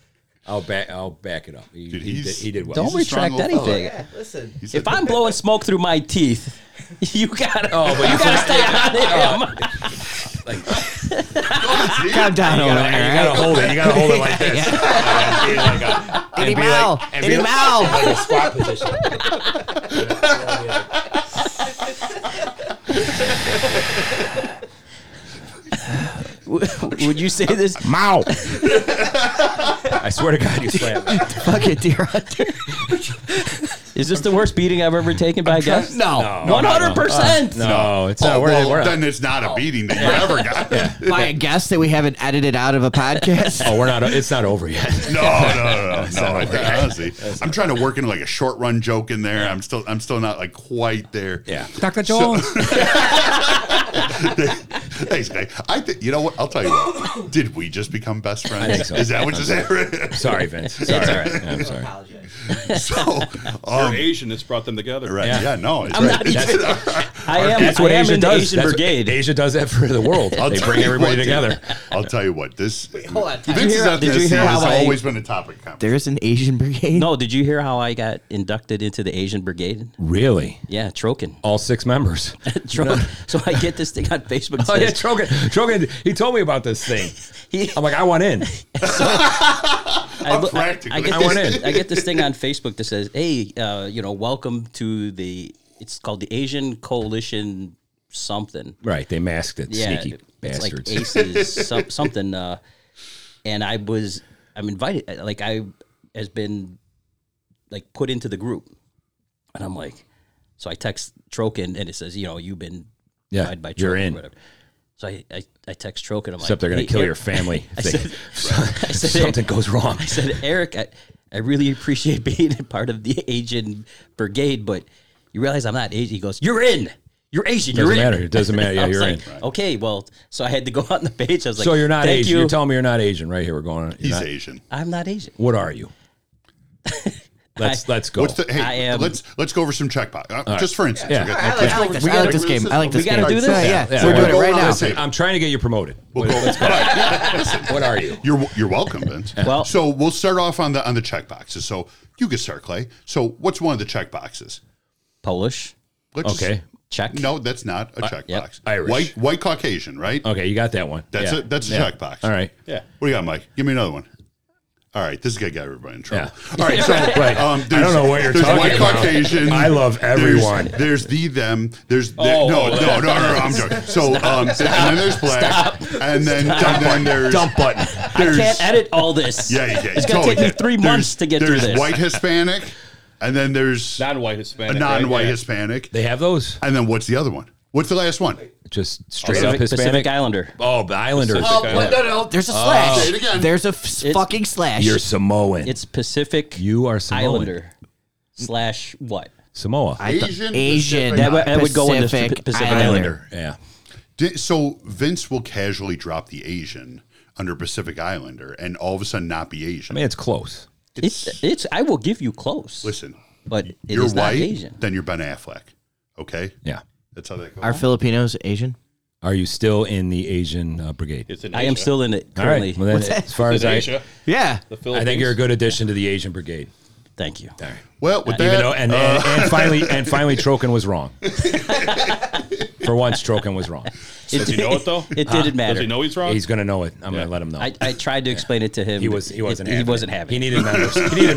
S4: I'll back, I'll back it up. He,
S3: Dude,
S4: he did,
S3: he's-
S4: he did well.
S1: Don't
S3: He's a strong
S1: retract
S3: little fella.
S1: anything.
S7: Listen,
S3: He said-
S1: If I'm blowing smoke through my teeth, you gotta
S4: Oh, but you, Oh.
S1: you gotta
S4: forgot-
S1: stay on him.
S7: calm down
S4: You
S7: over
S4: gotta, you
S7: there.
S4: gotta hold it. You gotta hold it like this.
S7: Eddie
S4: be like-
S7: Mao,
S4: and be
S7: Eddie
S4: like-
S7: Mao.
S4: Like a squat position.
S1: W- Would you say this?
S7: Mao.
S4: I swear to God, you slammed. me.
S7: Fuck it, dear hunter.
S1: Is this the worst beating I've ever taken by a guest?
S7: No.
S1: One hundred percent.
S4: No, it's not.
S3: Oh,
S4: We're,
S3: well,
S4: we're
S3: then
S4: not.
S3: it's not a beating that you ever got.
S7: By a guest that we haven't edited out of a podcast.
S4: Oh, we're not. It's not over yet.
S3: No, no, no, no. no I- honestly, I'm trying to work in like a short run joke in there. I'm still, I'm still not like quite there.
S4: Yeah.
S3: Dr. Jones. Thanks, guy. I think you know what. I'll tell you what. Did we just become best friends?
S4: think so.
S3: Is that what just happened?
S4: Sorry, Vince. Sorry. It's all right. I'm sorry.
S3: so,
S6: They're
S3: um,
S6: Asian. This brought them together.
S3: right?
S4: Yeah.
S3: Yeah, no. It's
S1: I'm
S3: right.
S1: not even- I am.
S4: That's
S1: I
S4: what
S1: am
S4: Asia
S1: in the
S4: does.
S1: Asian
S4: That's what-
S1: Brigade.
S4: Asia does that for the world. they
S3: tell
S4: bring
S3: you
S4: everybody
S3: what, dude.
S4: together.
S3: I'll tell you what. This
S7: hold on.
S3: Vince
S7: Did you
S3: is
S7: hear-
S3: out
S7: did
S3: there.
S7: you
S3: This
S7: hear
S3: has
S7: how I-
S3: always been a topic. Conversation.
S7: There's an Asian brigade.
S1: No, did you hear how I got inducted into the Asian Brigade?
S4: Really?
S1: Yeah, Trokin.
S4: All six members.
S1: Trokin. So I get this thing on Facebook.
S4: Oh yeah,
S1: says,
S4: Trogan. Trogan. He told me about this thing.
S1: He-
S4: I'm like, I want in.
S1: I, look- I,
S3: practically.
S1: I get
S4: I
S1: this,
S4: went in.
S1: I get this thing on Facebook that says, "Hey, uh, you know, welcome to the it's called the Asian Coalition something."
S4: Right. They masked it.
S1: Yeah,
S4: Sneaky
S1: it's
S4: bastards.
S1: like Aces some, something. Uh, and I was I'm invited. uh, Like I has been like put into the group, and I'm like, so I text Trokin and it says, you know, you've been
S4: Yeah,
S1: invited by Trokin
S4: you're
S1: or
S4: in.
S1: whatever. So I, I, I text Trokin. I'm like,
S4: Except they're gonna
S1: "Hey,
S4: kill
S1: Eric,"
S4: your family.
S1: I
S4: if they-
S1: said- I said,
S4: something goes wrong.
S1: I said, Eric, I, I really appreciate being a part of the Asian brigade, but you realize I'm not Asian. He goes, You're in. You're Asian. You're
S4: Doesn't
S1: in.
S4: matter. It doesn't matter.
S1: I
S4: Yeah,
S1: was
S4: you're
S1: like,
S4: in.
S1: Okay, well, so I had to go out on the page. I was like,
S4: so you're not
S1: Thank
S4: Asian.
S1: You.
S4: You. are telling me you're not Asian, right here. We're going. you're
S3: He's
S4: not-
S3: Asian.
S1: I'm not Asian.
S4: What are you? Let's let's go.
S3: What's the, hey,
S1: I am-
S3: let's let's go over some checkbox. Uh,
S4: right.
S3: Just for instance,
S4: Yeah.
S3: okay?
S4: I
S3: Let's go
S7: like
S3: over
S7: this-
S3: some-
S7: I like this game. I like this
S1: We gotta
S7: game.
S1: do this?
S7: Yeah, yeah.
S4: Yeah.
S7: We're
S4: Yeah.
S7: doing it
S3: We'll
S7: right
S3: go
S7: now.
S3: over this.
S4: I'm trying to get you promoted.
S3: We'll go-
S4: What are you?
S3: You're you're welcome, Vince.
S1: Well-
S3: so we'll start off on the on the checkboxes. So you can start, Clay. So what's one of the checkboxes?
S1: Polish.
S3: Let's just-
S4: Okay.
S1: Czech.
S3: no, that's not a checkbox.
S1: Uh, yep. Uh,
S4: Irish.
S3: White white Caucasian, right?
S4: Okay, you got that one.
S3: That's
S4: Yeah.
S3: a that's a
S4: Yeah.
S3: checkbox.
S4: All right.
S6: Yeah.
S3: What do you got, Mike? Give me another one. All right, this guy got everybody in trouble.
S4: Yeah.
S3: All right, so
S4: Right.
S3: um,
S4: I don't know what you're
S3: there's
S4: talking
S3: white
S4: about.
S3: Caucasian.
S4: I love
S3: There's-
S4: everyone.
S3: There's, the them. There's the,
S4: Oh,
S3: no, no, no,
S4: that-
S3: no, no, I'm joking. So um, and then there's black, and then and then there's
S4: Dump button.
S3: there's-
S1: I can't edit all this.
S3: Yeah, you can.
S1: It's gonna
S3: totally
S1: take me
S3: can.
S1: three
S3: There's-
S1: months to get through
S3: there's
S1: this.
S3: White Hispanic, and then there's
S6: non-white Hispanic.
S3: a
S6: right?
S3: non-white
S6: Yeah.
S3: Hispanic,
S4: They have those.
S3: and then what's the other one? What's the last one?
S4: Just straight
S1: Pacific,
S4: up Hispanic.
S1: Pacific Islander.
S4: Oh, the Islander.
S6: Pacific
S4: Okay.
S6: Islander.
S7: No, no, there's a
S1: Oh.
S7: slash.
S3: Say it again.
S7: There's a f- fucking slash.
S4: You're Samoan.
S1: It's Pacific
S4: you are Samoan.
S1: Islander slash what?
S4: Samoa.
S7: I thought-
S3: Asian,
S7: Asian.
S3: Pacific
S1: That would- that would go in the
S7: Pacific
S1: Pacific Islander.
S7: Islander.
S4: Yeah.
S3: Di- So Vince will casually drop the Asian under Pacific Islander, and all of a sudden not be
S4: I
S3: Asian.
S4: mean, it's close.
S1: It's, it's I will give you close,
S3: Listen,
S1: but it
S3: you're
S1: is not
S3: white,
S1: Asian.
S3: then you're Ben Affleck. Okay,
S4: Yeah.
S3: that's how that goes.
S7: Are Filipinos Asian?
S4: Are you still in the Asian uh, brigade?
S6: It's in
S1: I am
S6: Asia.
S1: still in it
S4: All
S1: currently.
S4: right. Well, then, as far
S6: It's
S4: as
S6: in
S4: I,
S6: Asia.
S7: Yeah.
S6: The
S4: I
S6: Philippines.
S4: think you're a good addition to the Asian brigade.
S1: Thank you.
S3: well, with
S4: Even
S3: that,
S4: though, and,
S3: uh,
S4: and,
S6: Oh.
S4: and finally, and finally, Trokin was wrong. For once, Trokin was wrong.
S6: Does he know it though?
S1: It didn't matter.
S6: Does he know he's wrong?
S4: He's going to know it. I'm going to let him know.
S1: I, I tried to explain it to him.
S4: he was. He wasn't.
S1: It, he
S4: having
S1: wasn't
S4: it.
S1: having.
S4: He
S1: it.
S4: needed membership. He needed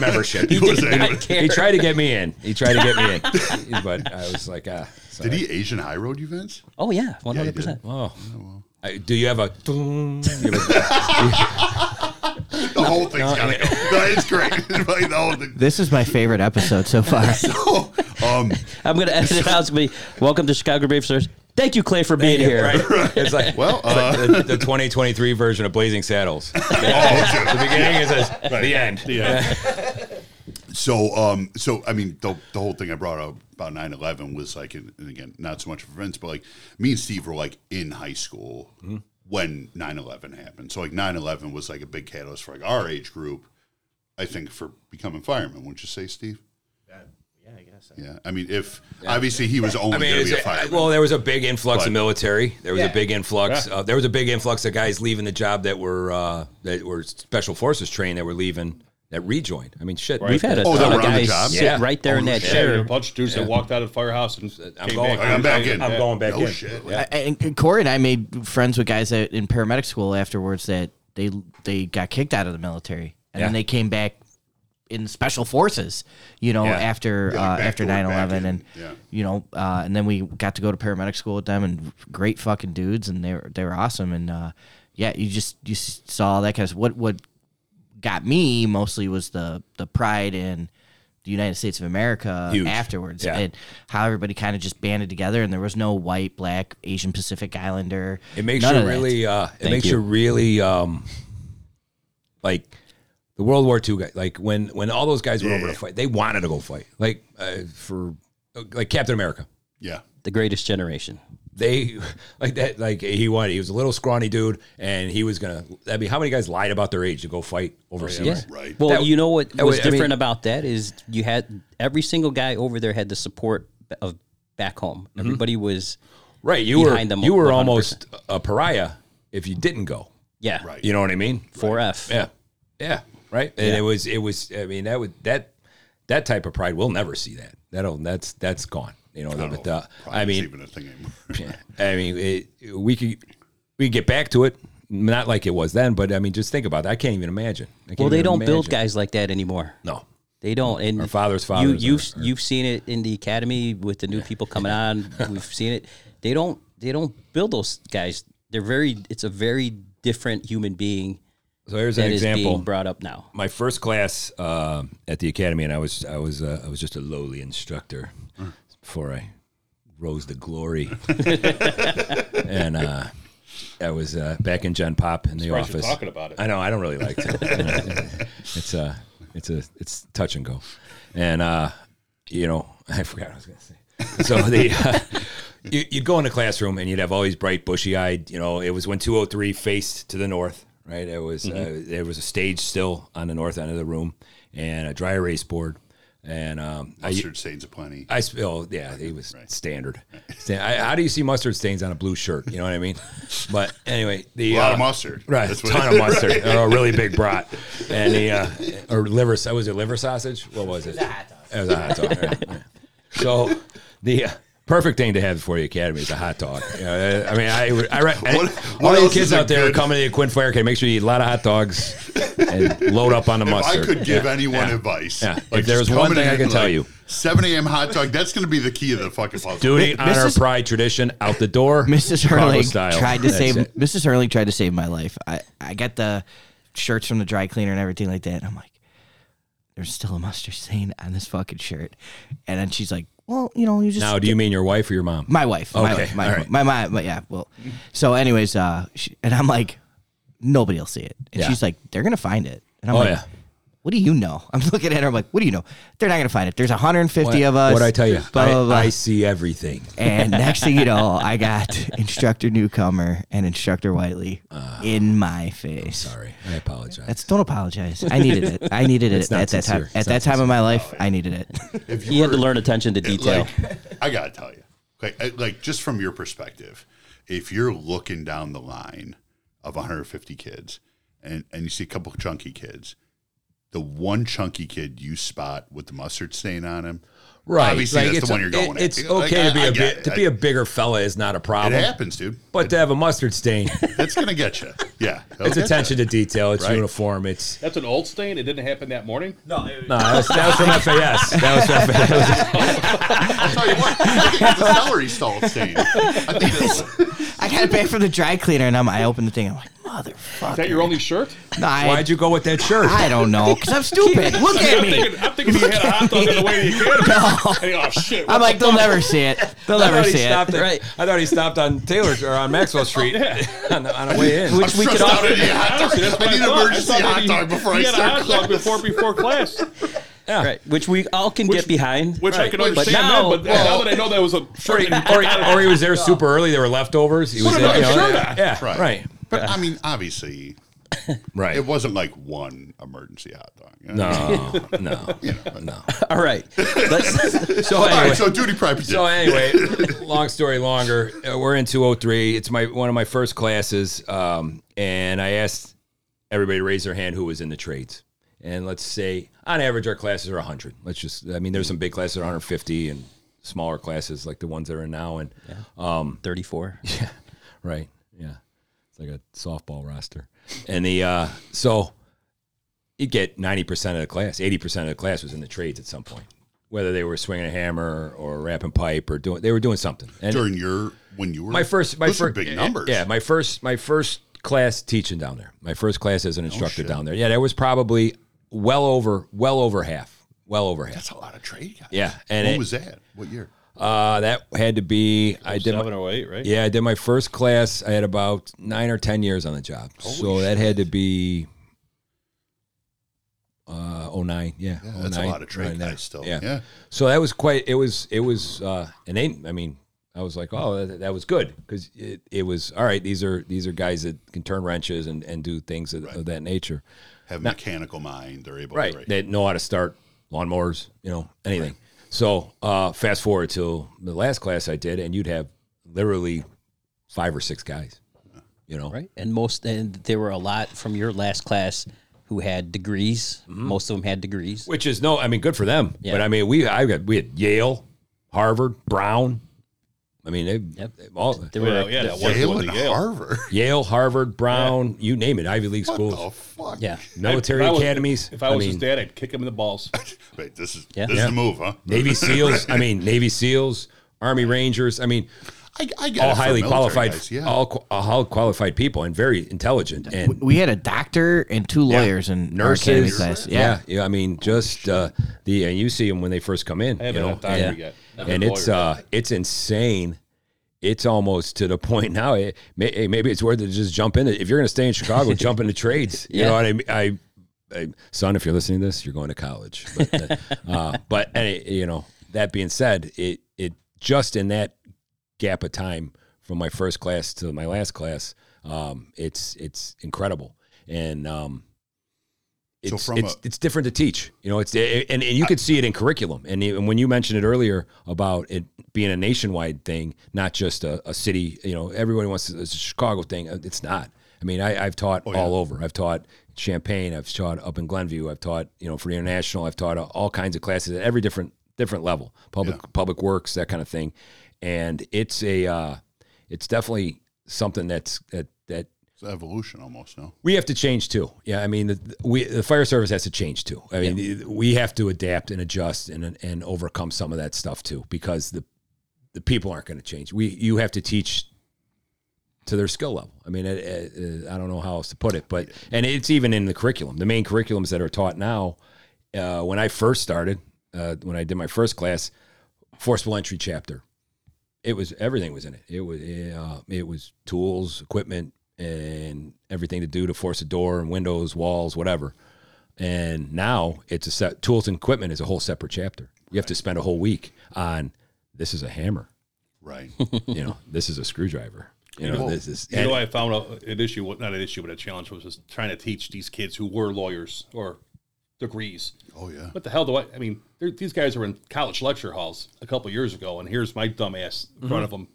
S4: membership.
S1: He
S3: wasn't
S1: did
S3: having
S1: not
S3: it.
S1: care.
S4: He tried to get me in. He tried to get me in, but I was like, ah.
S3: did
S4: sorry.
S3: he Asian high road you, Vince?
S1: Oh yeah, one
S3: he
S1: hundred
S3: did.
S1: percent.
S4: Oh. I- do you have a? You have a-
S3: The whole thing's got to go. No, it's great. Like, the whole thing.
S7: This is my favorite episode so far.
S3: Oh, um,
S1: I'm gonna edit it out. It's gonna be welcome to Chicago Brave Stars. Thank you, Clay, for being here.
S4: Right. It's like
S3: well,
S4: It's
S3: uh,
S4: like the, the 2023 version of Blazing Saddles. the beginning is this, the end.
S3: so um so i mean the, the whole thing i brought up about 9-11 was like and, and again not so much for vince but like me and steve were like in high school
S4: Mm-hmm.
S3: when 9-11 happened so like 9-11 was like a big catalyst for like our age group i think for becoming firemen wouldn't you say steve yeah, I guess. Yeah, I mean, if obviously he was only
S4: I mean,
S3: going
S4: it's
S3: to be a
S4: a,
S3: fireman.
S4: well, there was a big influx
S3: But-
S4: of military. There was a big influx. Of, there was a big influx of guys leaving the job that were uh, that were special forces trained that were leaving that rejoined. I mean, shit.
S1: We've had a
S3: Oh, that
S1: ton
S3: were
S1: of
S3: on the
S1: guys
S3: job?
S1: sit
S4: Yeah.
S1: right there in
S3: Oh,
S1: that
S3: shit.
S6: Yeah, there
S1: chair.
S6: were a bunch of dudes that walked out of the firehouse and
S4: I'm
S6: came
S4: going-
S6: back.
S3: I'm back in.
S4: I'm going back
S3: no
S4: in.
S3: shit.
S7: and and Corey and I made friends with guys that, in paramedic school afterwards that they they got kicked out of the military and then
S4: Yeah.
S7: they came back in special forces, you know,
S4: Yeah.
S7: after
S3: Yeah, like
S7: uh, after
S3: backdoor, back
S7: 9/11
S3: in.
S7: and
S3: Yeah.
S7: you know, uh, and then we got to go to paramedic school with them and great fucking dudes and they were they were awesome and uh, yeah, you just you s- saw that kind of what what got me mostly was the the pride in the United States of America
S4: Huge.
S7: afterwards
S4: Yeah.
S7: and how everybody kind of just banded together and there was no white, black, Asian Pacific Islander.
S4: It makes
S7: none
S4: you
S7: of that.
S4: really. Uh, it
S1: Thank
S4: makes
S1: you.
S4: you, really um, like the World War II guys. Like when when all those guys went over to fight, they wanted to go fight. Like uh, for like Captain America.
S3: Yeah.
S1: The Greatest Generation.
S4: they like that like he wanted he was a little scrawny dude and he was gonna i mean how many guys lied about their age to go fight overseas
S1: Yeah.
S3: Right.
S1: Well,
S4: That-
S1: you know what
S4: that
S1: was
S4: would- I mean-
S1: different about that is you had every single guy over there had the support of back home.
S4: Mm-hmm.
S1: Everybody was
S4: right you were
S1: Behind them
S4: you were
S1: 100%.
S4: almost a pariah if you didn't go
S1: yeah,
S3: Right.
S4: you know what i mean
S1: 4F.
S4: yeah yeah right and it was it was i mean that would that that type of pride we'll never see that that'll that's that's gone you know but uh,
S3: Probably
S4: i
S3: it's
S4: mean
S3: even a thing anymore.
S4: I mean, it, we could we could get back to it, not like it was then, but I mean, just think about that. I can't even imagine. I can't
S1: Well, they
S4: even
S1: don't build
S4: imagine.
S1: guys like that anymore.
S4: No,
S1: They don't. And
S4: Our fathers' fathers
S1: You, you've
S4: are- are-
S1: you've seen it in the academy with the new people coming on. We've seen it. They don't. They don't build those guys. They're very. It's a very different human being
S4: so here's
S1: that
S4: an
S1: is
S4: example.
S1: being brought up now.
S4: my first class uh, at the academy, and I was I was uh, I was just a lowly instructor before I rose to glory, and uh, I was uh, back in Gen Pop in the
S6: surprised you're
S4: office.
S6: talking about it.
S4: I know I don't really like to. it's uh, it's a it's touch and go, and uh, you know I forgot what I was gonna say. So the. Uh, you- You'd go in the classroom and you'd have all these bright, bushy-eyed. You know, it was when 203 faced to the north, right? It was uh, there was a stage still on the north end of the room, and a dry erase board. And um, I,
S3: Mustard stains aplenty.
S4: I spill. Yeah, he was standard. Stand, I, how do you see mustard stains on a blue shirt? You know what I mean? But anyway, the
S3: A lot
S4: uh,
S3: of mustard.
S4: Right, a
S3: That's what-
S4: ton of mustard, or a really big brat, and the uh, or liver. sa- Was it liver sausage? What was it? It was a hot dog. right, right. So the uh, perfect thing to have for the academy is a hot dog. Uh, I mean, I, would- I, re- I
S3: What- what
S4: all you
S3: else is
S4: kids
S3: there
S4: out there
S3: good?
S4: coming to the Quinn Fire Academy, make sure you eat a lot of hot dogs and load up on the
S3: If
S4: mustard.
S3: I could give
S4: Yeah,
S3: anyone
S4: yeah.
S3: advice,
S4: Yeah. If
S3: like,
S4: there's
S3: just
S4: one
S3: coming
S4: thing I
S3: in,
S4: can tell
S3: like,
S4: you.
S3: 7 a.m. hot dog. That's going to be the key of the fucking puzzle.
S4: Duty,
S7: Mi- Mrs.
S4: honor, pride, tradition, out the door.
S7: Mrs.
S4: Chicago
S7: Hurling
S4: style.
S7: tried to
S4: That's
S7: save
S4: it.
S7: Mrs. Hurling tried to save my life. I, I got the shirts from the dry cleaner and everything like that. And I'm like, there's still a mustard stain on this fucking shirt. And then she's like, well, you know, you just
S4: Now, do you mean your wife or your mom?
S7: my wife. My,
S4: Okay,
S7: wife, my,
S4: all right.
S7: my, my, my- yeah. Well, so anyways, uh, she, and I'm like, nobody will see it. And
S4: Yeah.
S7: she's like, they're gonna find it. And I'm
S4: Oh,
S7: like,
S4: yeah.
S7: what do you know? I'm looking at her. I'm like, what do you know? They're not gonna find it. There's 150 of us.
S4: What I tell you?
S7: Blah, blah, blah.
S4: I, I see everything.
S7: And next thing you know, I got instructor newcomer and instructor Whiteley in my face.
S4: Ah. Sorry, I apologize.
S7: That's don't apologize. I needed it. I needed it
S4: It's not
S7: at that time.
S4: sincere.
S7: At
S4: It's
S7: that
S4: not
S7: time of my life, I needed it.
S3: If
S1: He had to
S3: were-
S1: learn attention to
S3: it,
S1: detail.
S3: Like, I gotta tell you, like, I- like just from your perspective, if you're looking down the line of 150 kids, and and you see a couple chunky kids, the one chunky kid you spot with the mustard stain on him,
S4: right.
S3: Obviously,
S4: Like,
S3: that's
S4: it's
S3: the one you're going.
S4: it- It's
S3: at. Like,
S4: okay
S3: I-
S4: to be
S3: I
S4: a
S3: get
S4: bit,
S3: it.
S4: to be a bigger fella is not a
S3: It
S4: problem.
S3: happens, dude.
S4: But to have a mustard stain,
S3: That's gonna get you. Yeah,
S4: it's attention to detail. It's
S3: Right.
S4: uniform. It's
S6: That's an old stain. It didn't happen that morning.
S4: no. That was, that was from FAS. That was from FAS.
S3: I'll tell you what. I think it's a celery stall stain. I think that's
S7: I got it back from the dry cleaner, and I'm, I opened the thing. I'm like, motherfucker.
S6: Is that your only shirt?
S7: No, I-
S4: Why'd you go with that shirt?
S7: I don't know, because I'm stupid. Look at
S6: I'm
S7: me.
S6: thinking, I'm thinking he had a hot dog on the way to the academy. And he- oh shit!
S7: I'm like, they'll never see it. They'll
S4: I
S7: never
S4: thought, he
S7: see
S4: stopped
S7: it.
S4: at,
S1: Right.
S4: I thought he stopped on Taylor or on Maxwell Street on, the- on the way in.
S3: I'm stressed out. I need a hot dog. I need an emergency hot dog before I
S6: had a
S3: start
S6: hot dog
S3: class.
S6: before before class,
S1: Right, which we all can get behind.
S6: which I
S4: Right.
S6: can
S4: But
S6: understand.
S1: now-
S6: Now, but now that I know that was a
S4: Or he,
S6: shirt, and-
S4: or, he, or he was there super early. There were leftovers. He was
S6: Put
S4: in,
S6: another
S4: you know,
S6: shirt on.
S4: Yeah,
S3: Right.
S4: right, right.
S3: But I mean, obviously, it wasn't like one emergency hot dog. you know?
S4: No, no, no.
S1: All right, let's
S4: So
S3: All
S4: anyway,
S3: right, so duty private.
S4: So anyway, long story longer, uh, we're in 203. It's my one of my first classes, um, and I asked everybody to raise their hand who was in the trades. And let's say, on average, our classes are 100. Let's just, I mean, there's some big classes that are 150 and smaller classes like the ones that are in now. And
S1: thirty-four.
S4: Right. Yeah. It's like a softball roster. And the uh so you get 90% of the class, 80% of the class was in the trades at some point. Whether they were swinging a hammer or wrapping pipe or doing they were doing something. And
S3: during your when you were
S4: my first my
S3: those are
S4: first
S3: big numbers.
S4: Yeah, my first my first class teaching down there. My first class
S3: Oh,
S4: as an instructor down there. Yeah, there was probably well over well over half. Well over half.
S3: that's a lot of trade guys.
S4: Yeah, and
S3: when
S4: it-
S3: was that? What year?
S4: Uh that had to be I did my-
S6: seven or eight, right?
S4: Yeah, I did my first class. I had about nine or ten years on the job, so that had to be uh, 09. Yeah,
S3: Yeah, that's a
S4: 09,
S3: lot of trade
S4: right
S3: guys
S4: there.
S3: still.
S4: Yeah.
S3: yeah.
S4: so that was quite. It was. It was. Uh, and they. I mean, I was like, oh, that, that was good because it, it was all right. These are these are guys that can turn wrenches and, and do things of, of that nature.
S3: have mechanical mind. They're able
S4: Right.
S3: to
S4: They know how to start lawnmowers, you know, anything. So uh, fast forward to the last class I did, and you'd have literally five or six guys, you know.
S1: Right, and most and there were a lot from your last class who had degrees. Most of them had degrees.
S4: Which is no, I mean, good for them.
S1: Yeah.
S4: But I mean, we I got we had Yale, Harvard, Brown. I mean, they,
S1: Yep.
S4: they all
S1: There
S6: Well,
S1: were
S6: yeah, that was
S3: Yale
S6: one
S3: and
S6: to Yale.
S3: Harvard.
S4: Yale, Harvard, Brown, you name it, Ivy League
S3: What the
S4: schools,
S3: fuck?
S1: yeah.
S4: military
S6: If I was-
S4: academies.
S6: If I was
S4: mean,
S6: his dad, I'd kick him in the balls.
S3: Wait, this is
S1: Yeah.
S3: this
S4: Yeah.
S3: is the move, huh?
S4: Navy SEALs. I mean, Navy SEALs, Army Rangers. I mean,
S3: I, I get it
S4: all
S3: for
S4: highly
S3: military
S4: qualified,
S3: guys, yeah.
S4: all, qu- all qualified people and very intelligent and
S7: We had a doctor and two lawyers and
S4: nurses.
S7: Class. Yeah.
S4: yeah, yeah, I mean, just uh, the and you see them when they first come in,
S6: I
S4: you
S6: haven't
S4: know,
S6: had time
S4: and,
S6: yet.
S4: and it's uh, it's insane. It's almost to the point now. It, may, hey, maybe it's worth it to just jump in. If you're going to stay in Chicago, jump into trades. You know
S1: Yeah.
S4: what I mean? I, I, son, if you're listening to this, you're going to college. But, uh, but any, you know, that being said, it it just in that gap of time from my first class to my last class, um, it's it's incredible, and um,
S3: So
S4: it's
S3: from
S4: it's,
S3: a-
S4: it's different to teach. You know, it's eh, and, and you could see it in curriculum, and, e, and when you mentioned it earlier about it being a nationwide thing, not just a, a city. You know, everybody wants to, it's a Chicago thing. uh, It's not. I mean, I, I've taught all over. I've taught Champaign. I've taught up in Glenview. I've taught you know for the international. I've taught all kinds of classes at every different different level. Public public works that kind of thing, and it's a uh, it's definitely something that's that that
S3: It's evolution almost, no?
S4: we have to change too. Yeah, I mean, the, we the fire service has to change too. I mean, we have to adapt and adjust and and overcome some of that stuff too because the the people aren't going to change. We you have to teach to their skill level. I mean, it, it, I don't know how else to put it, but and it's even in the curriculum. The main curriculums that are taught now. Uh, when I first started, uh, when I did my first class, forcible entry chapter, it was everything was in it. It was uh, it was tools, equipment, and everything to do to force a door and windows, walls, whatever. And now it's a set tools and equipment is a whole separate chapter. You have to spend a whole week on this is a hammer,
S3: Right.
S4: you know, this is a screwdriver, you, know, this is
S6: You know, I found out an issue, what not an issue, but a challenge was just trying to teach these kids who were lawyers or degrees.
S3: Oh yeah.
S6: What the hell do I? I mean, they're- these guys were in college lecture halls a couple years ago, and here's my dumbass in
S4: Mm-hmm.
S6: front of them,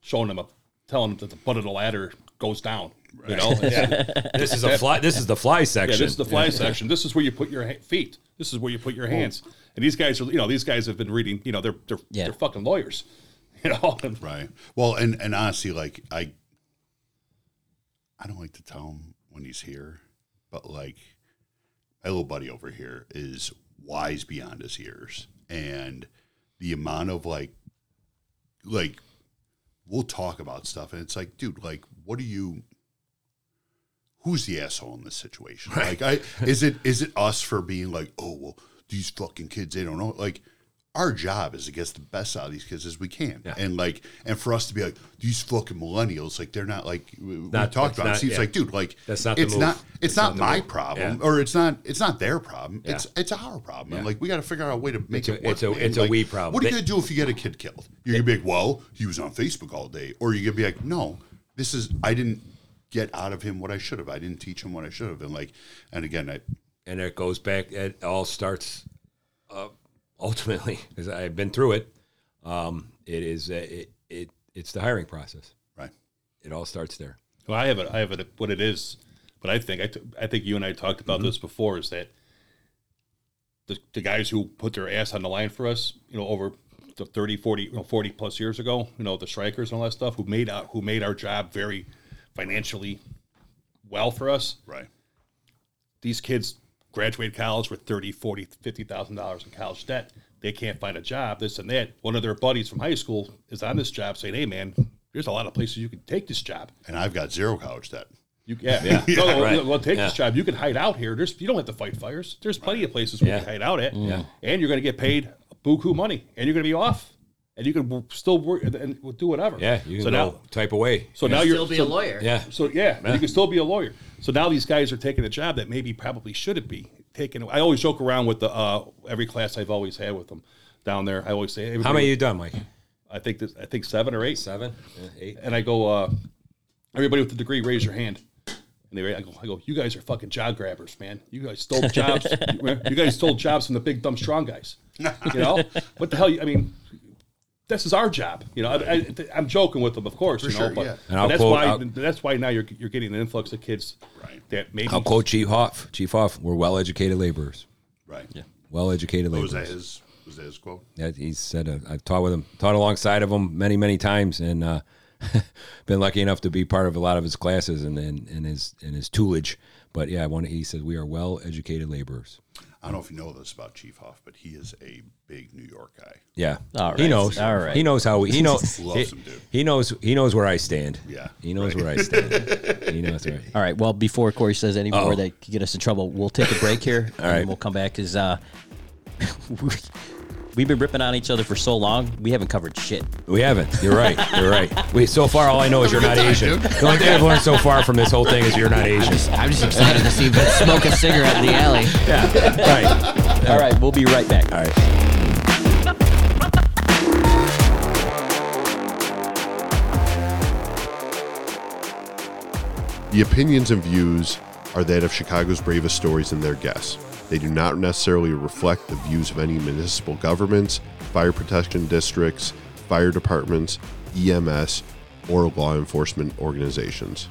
S6: showing them, a, telling them that the butt of the ladder goes down. You know,
S4: this is a fly. This is the fly section.
S6: Yeah, this is the fly section. This is where you put your ha- feet. This is where you put your hands. And these guys are, you know, these guys have been reading. You know, they're they're,
S1: Yeah.
S6: they're fucking lawyers. You know, and
S3: Right. Well, and and honestly, like I, I don't like to tell him when he's here, but like my little buddy over here is wise beyond his years, and the amount of like, like we'll talk about stuff, and it's like, dude, like, what do you? Who's the asshole in this situation? Like, I is it is it us for being like, oh well, these fucking kids, they don't know. Like, our job is to get the best out of these kids as we can, and like, and for us to be like these fucking millennials, like they're not like we, we
S4: Not-
S3: talked
S4: that's
S3: about. it
S4: not-
S3: seems
S4: yeah.
S3: like, dude, like
S4: That's not the
S3: it's
S4: move.
S3: not it's
S4: That's
S3: not,
S4: not the
S3: my
S4: move.
S3: problem,
S4: Yeah.
S3: or it's not it's not their problem. It's
S4: Yeah.
S3: it's our problem. And like, we got to figure out a way to make
S4: a-
S3: it work.
S4: it's a-
S3: man.
S4: it's a
S3: Like,
S4: we problem.
S3: What are you
S4: They-
S3: gonna do if you get a kid killed? You're gonna be like, well, he was on Facebook all day, or you're gonna be like, no, this is I didn't get out of him what I should have. I didn't teach him what I should have. And like, and again, I
S4: and it goes back. It all starts uh, ultimately because I've been through it. Um, it is uh, it, it it's the hiring process.
S3: right.
S4: It all starts there.
S6: Well, I have it. I have it. What it is, but I think I, t- I think you and I talked about this before. Is that the, the guys who put their ass on the line for us, you know, over the 30, 40, you know, 40 plus years ago, you know, the strikers and all that stuff, who made out, who made our job very financially well for us.
S3: Right.
S6: These kids graduated college with 30, 40, 50,000 dollars in college debt. They can't find a job, this and that. One of their buddies from high school is on this job saying, "Hey man, there's a lot of places you can take this job."
S3: And I've got zero college debt.
S6: You, yeah, yeah. No, no,
S4: right.
S6: no, Well, take this
S4: Yeah.
S6: job. You can hide out here. There's you don't have to fight fires. There's plenty of places where you can hide out at, and you're going to get paid buku money, and you're going to be off, and you can w- still work and- and do whatever.
S4: Yeah, you can
S6: so
S4: go
S6: now,
S4: type away.
S6: so now you're
S7: Still be
S6: so,
S7: a lawyer.
S4: Yeah,
S6: So yeah, you can still be a lawyer. So now these guys are taking a job that maybe probably shouldn't be taken. I always joke around with the uh, every class I've always had with them down there. I always say,
S4: how
S6: everybody-
S4: many you done, Mike?
S6: I think this, I think seven or eight
S4: Seven, Yeah, eight.
S6: and I go, uh, everybody with a degree, raise your hand. And they, I go, I go, you guys are fucking job grabbers, man. You guys stole jobs. you guys stole jobs from the big dumb strong guys. You know what the hell? You, I mean, this is our job. You know, I, I, I'm joking with them, of course. you know,
S3: sure,
S6: but,
S3: yeah. And
S6: but
S4: I'll
S6: that's
S4: quote-
S6: why
S4: I'll-
S6: that's why now you're you're getting an influx of kids
S3: Right.
S6: that maybe
S4: I'll quote Chief Hoff. Chief Hoff, we're well-educated laborers.
S3: Right. Yeah.
S4: Well-educated
S3: Was
S4: laborers.
S3: that his? Was that his quote?
S4: Yeah, he said uh, I've taught with him, taught alongside of him many, many times, and uh, been lucky enough to be part of a lot of his classes and and, and his and his toolage. But yeah, one he said we are well educated laborers.
S3: I don't know if you know this about Chief Hoff, but he is a big New York guy.
S4: Yeah,
S1: All
S4: he
S1: right,
S4: knows.
S1: all right.
S4: he knows how we, he knows. he,
S3: him, dude.
S4: he knows he knows where I stand.
S3: Yeah,
S4: he knows where I stand. he knows where. I,
S1: All right. Well, before Corey says any more that could get us in trouble, we'll take a break here. All
S4: right.
S1: And we'll come back because uh, we- we've been ripping on each other for so long, we haven't covered shit.
S4: we haven't. You're right. You're right. We so far all I know is you're not Asian. The only thing I've learned so far from this whole thing is you're not Asian.
S7: I'm just excited to see Ben smoke a cigarette in the alley.
S4: Right.
S1: All right. We'll be right back.
S4: All right.
S11: The opinions and views are that of Chicago's bravest stories and their guests. They do not necessarily reflect the views of any municipal governments, fire protection E districts, fire departments, EMS, or law enforcement organizations.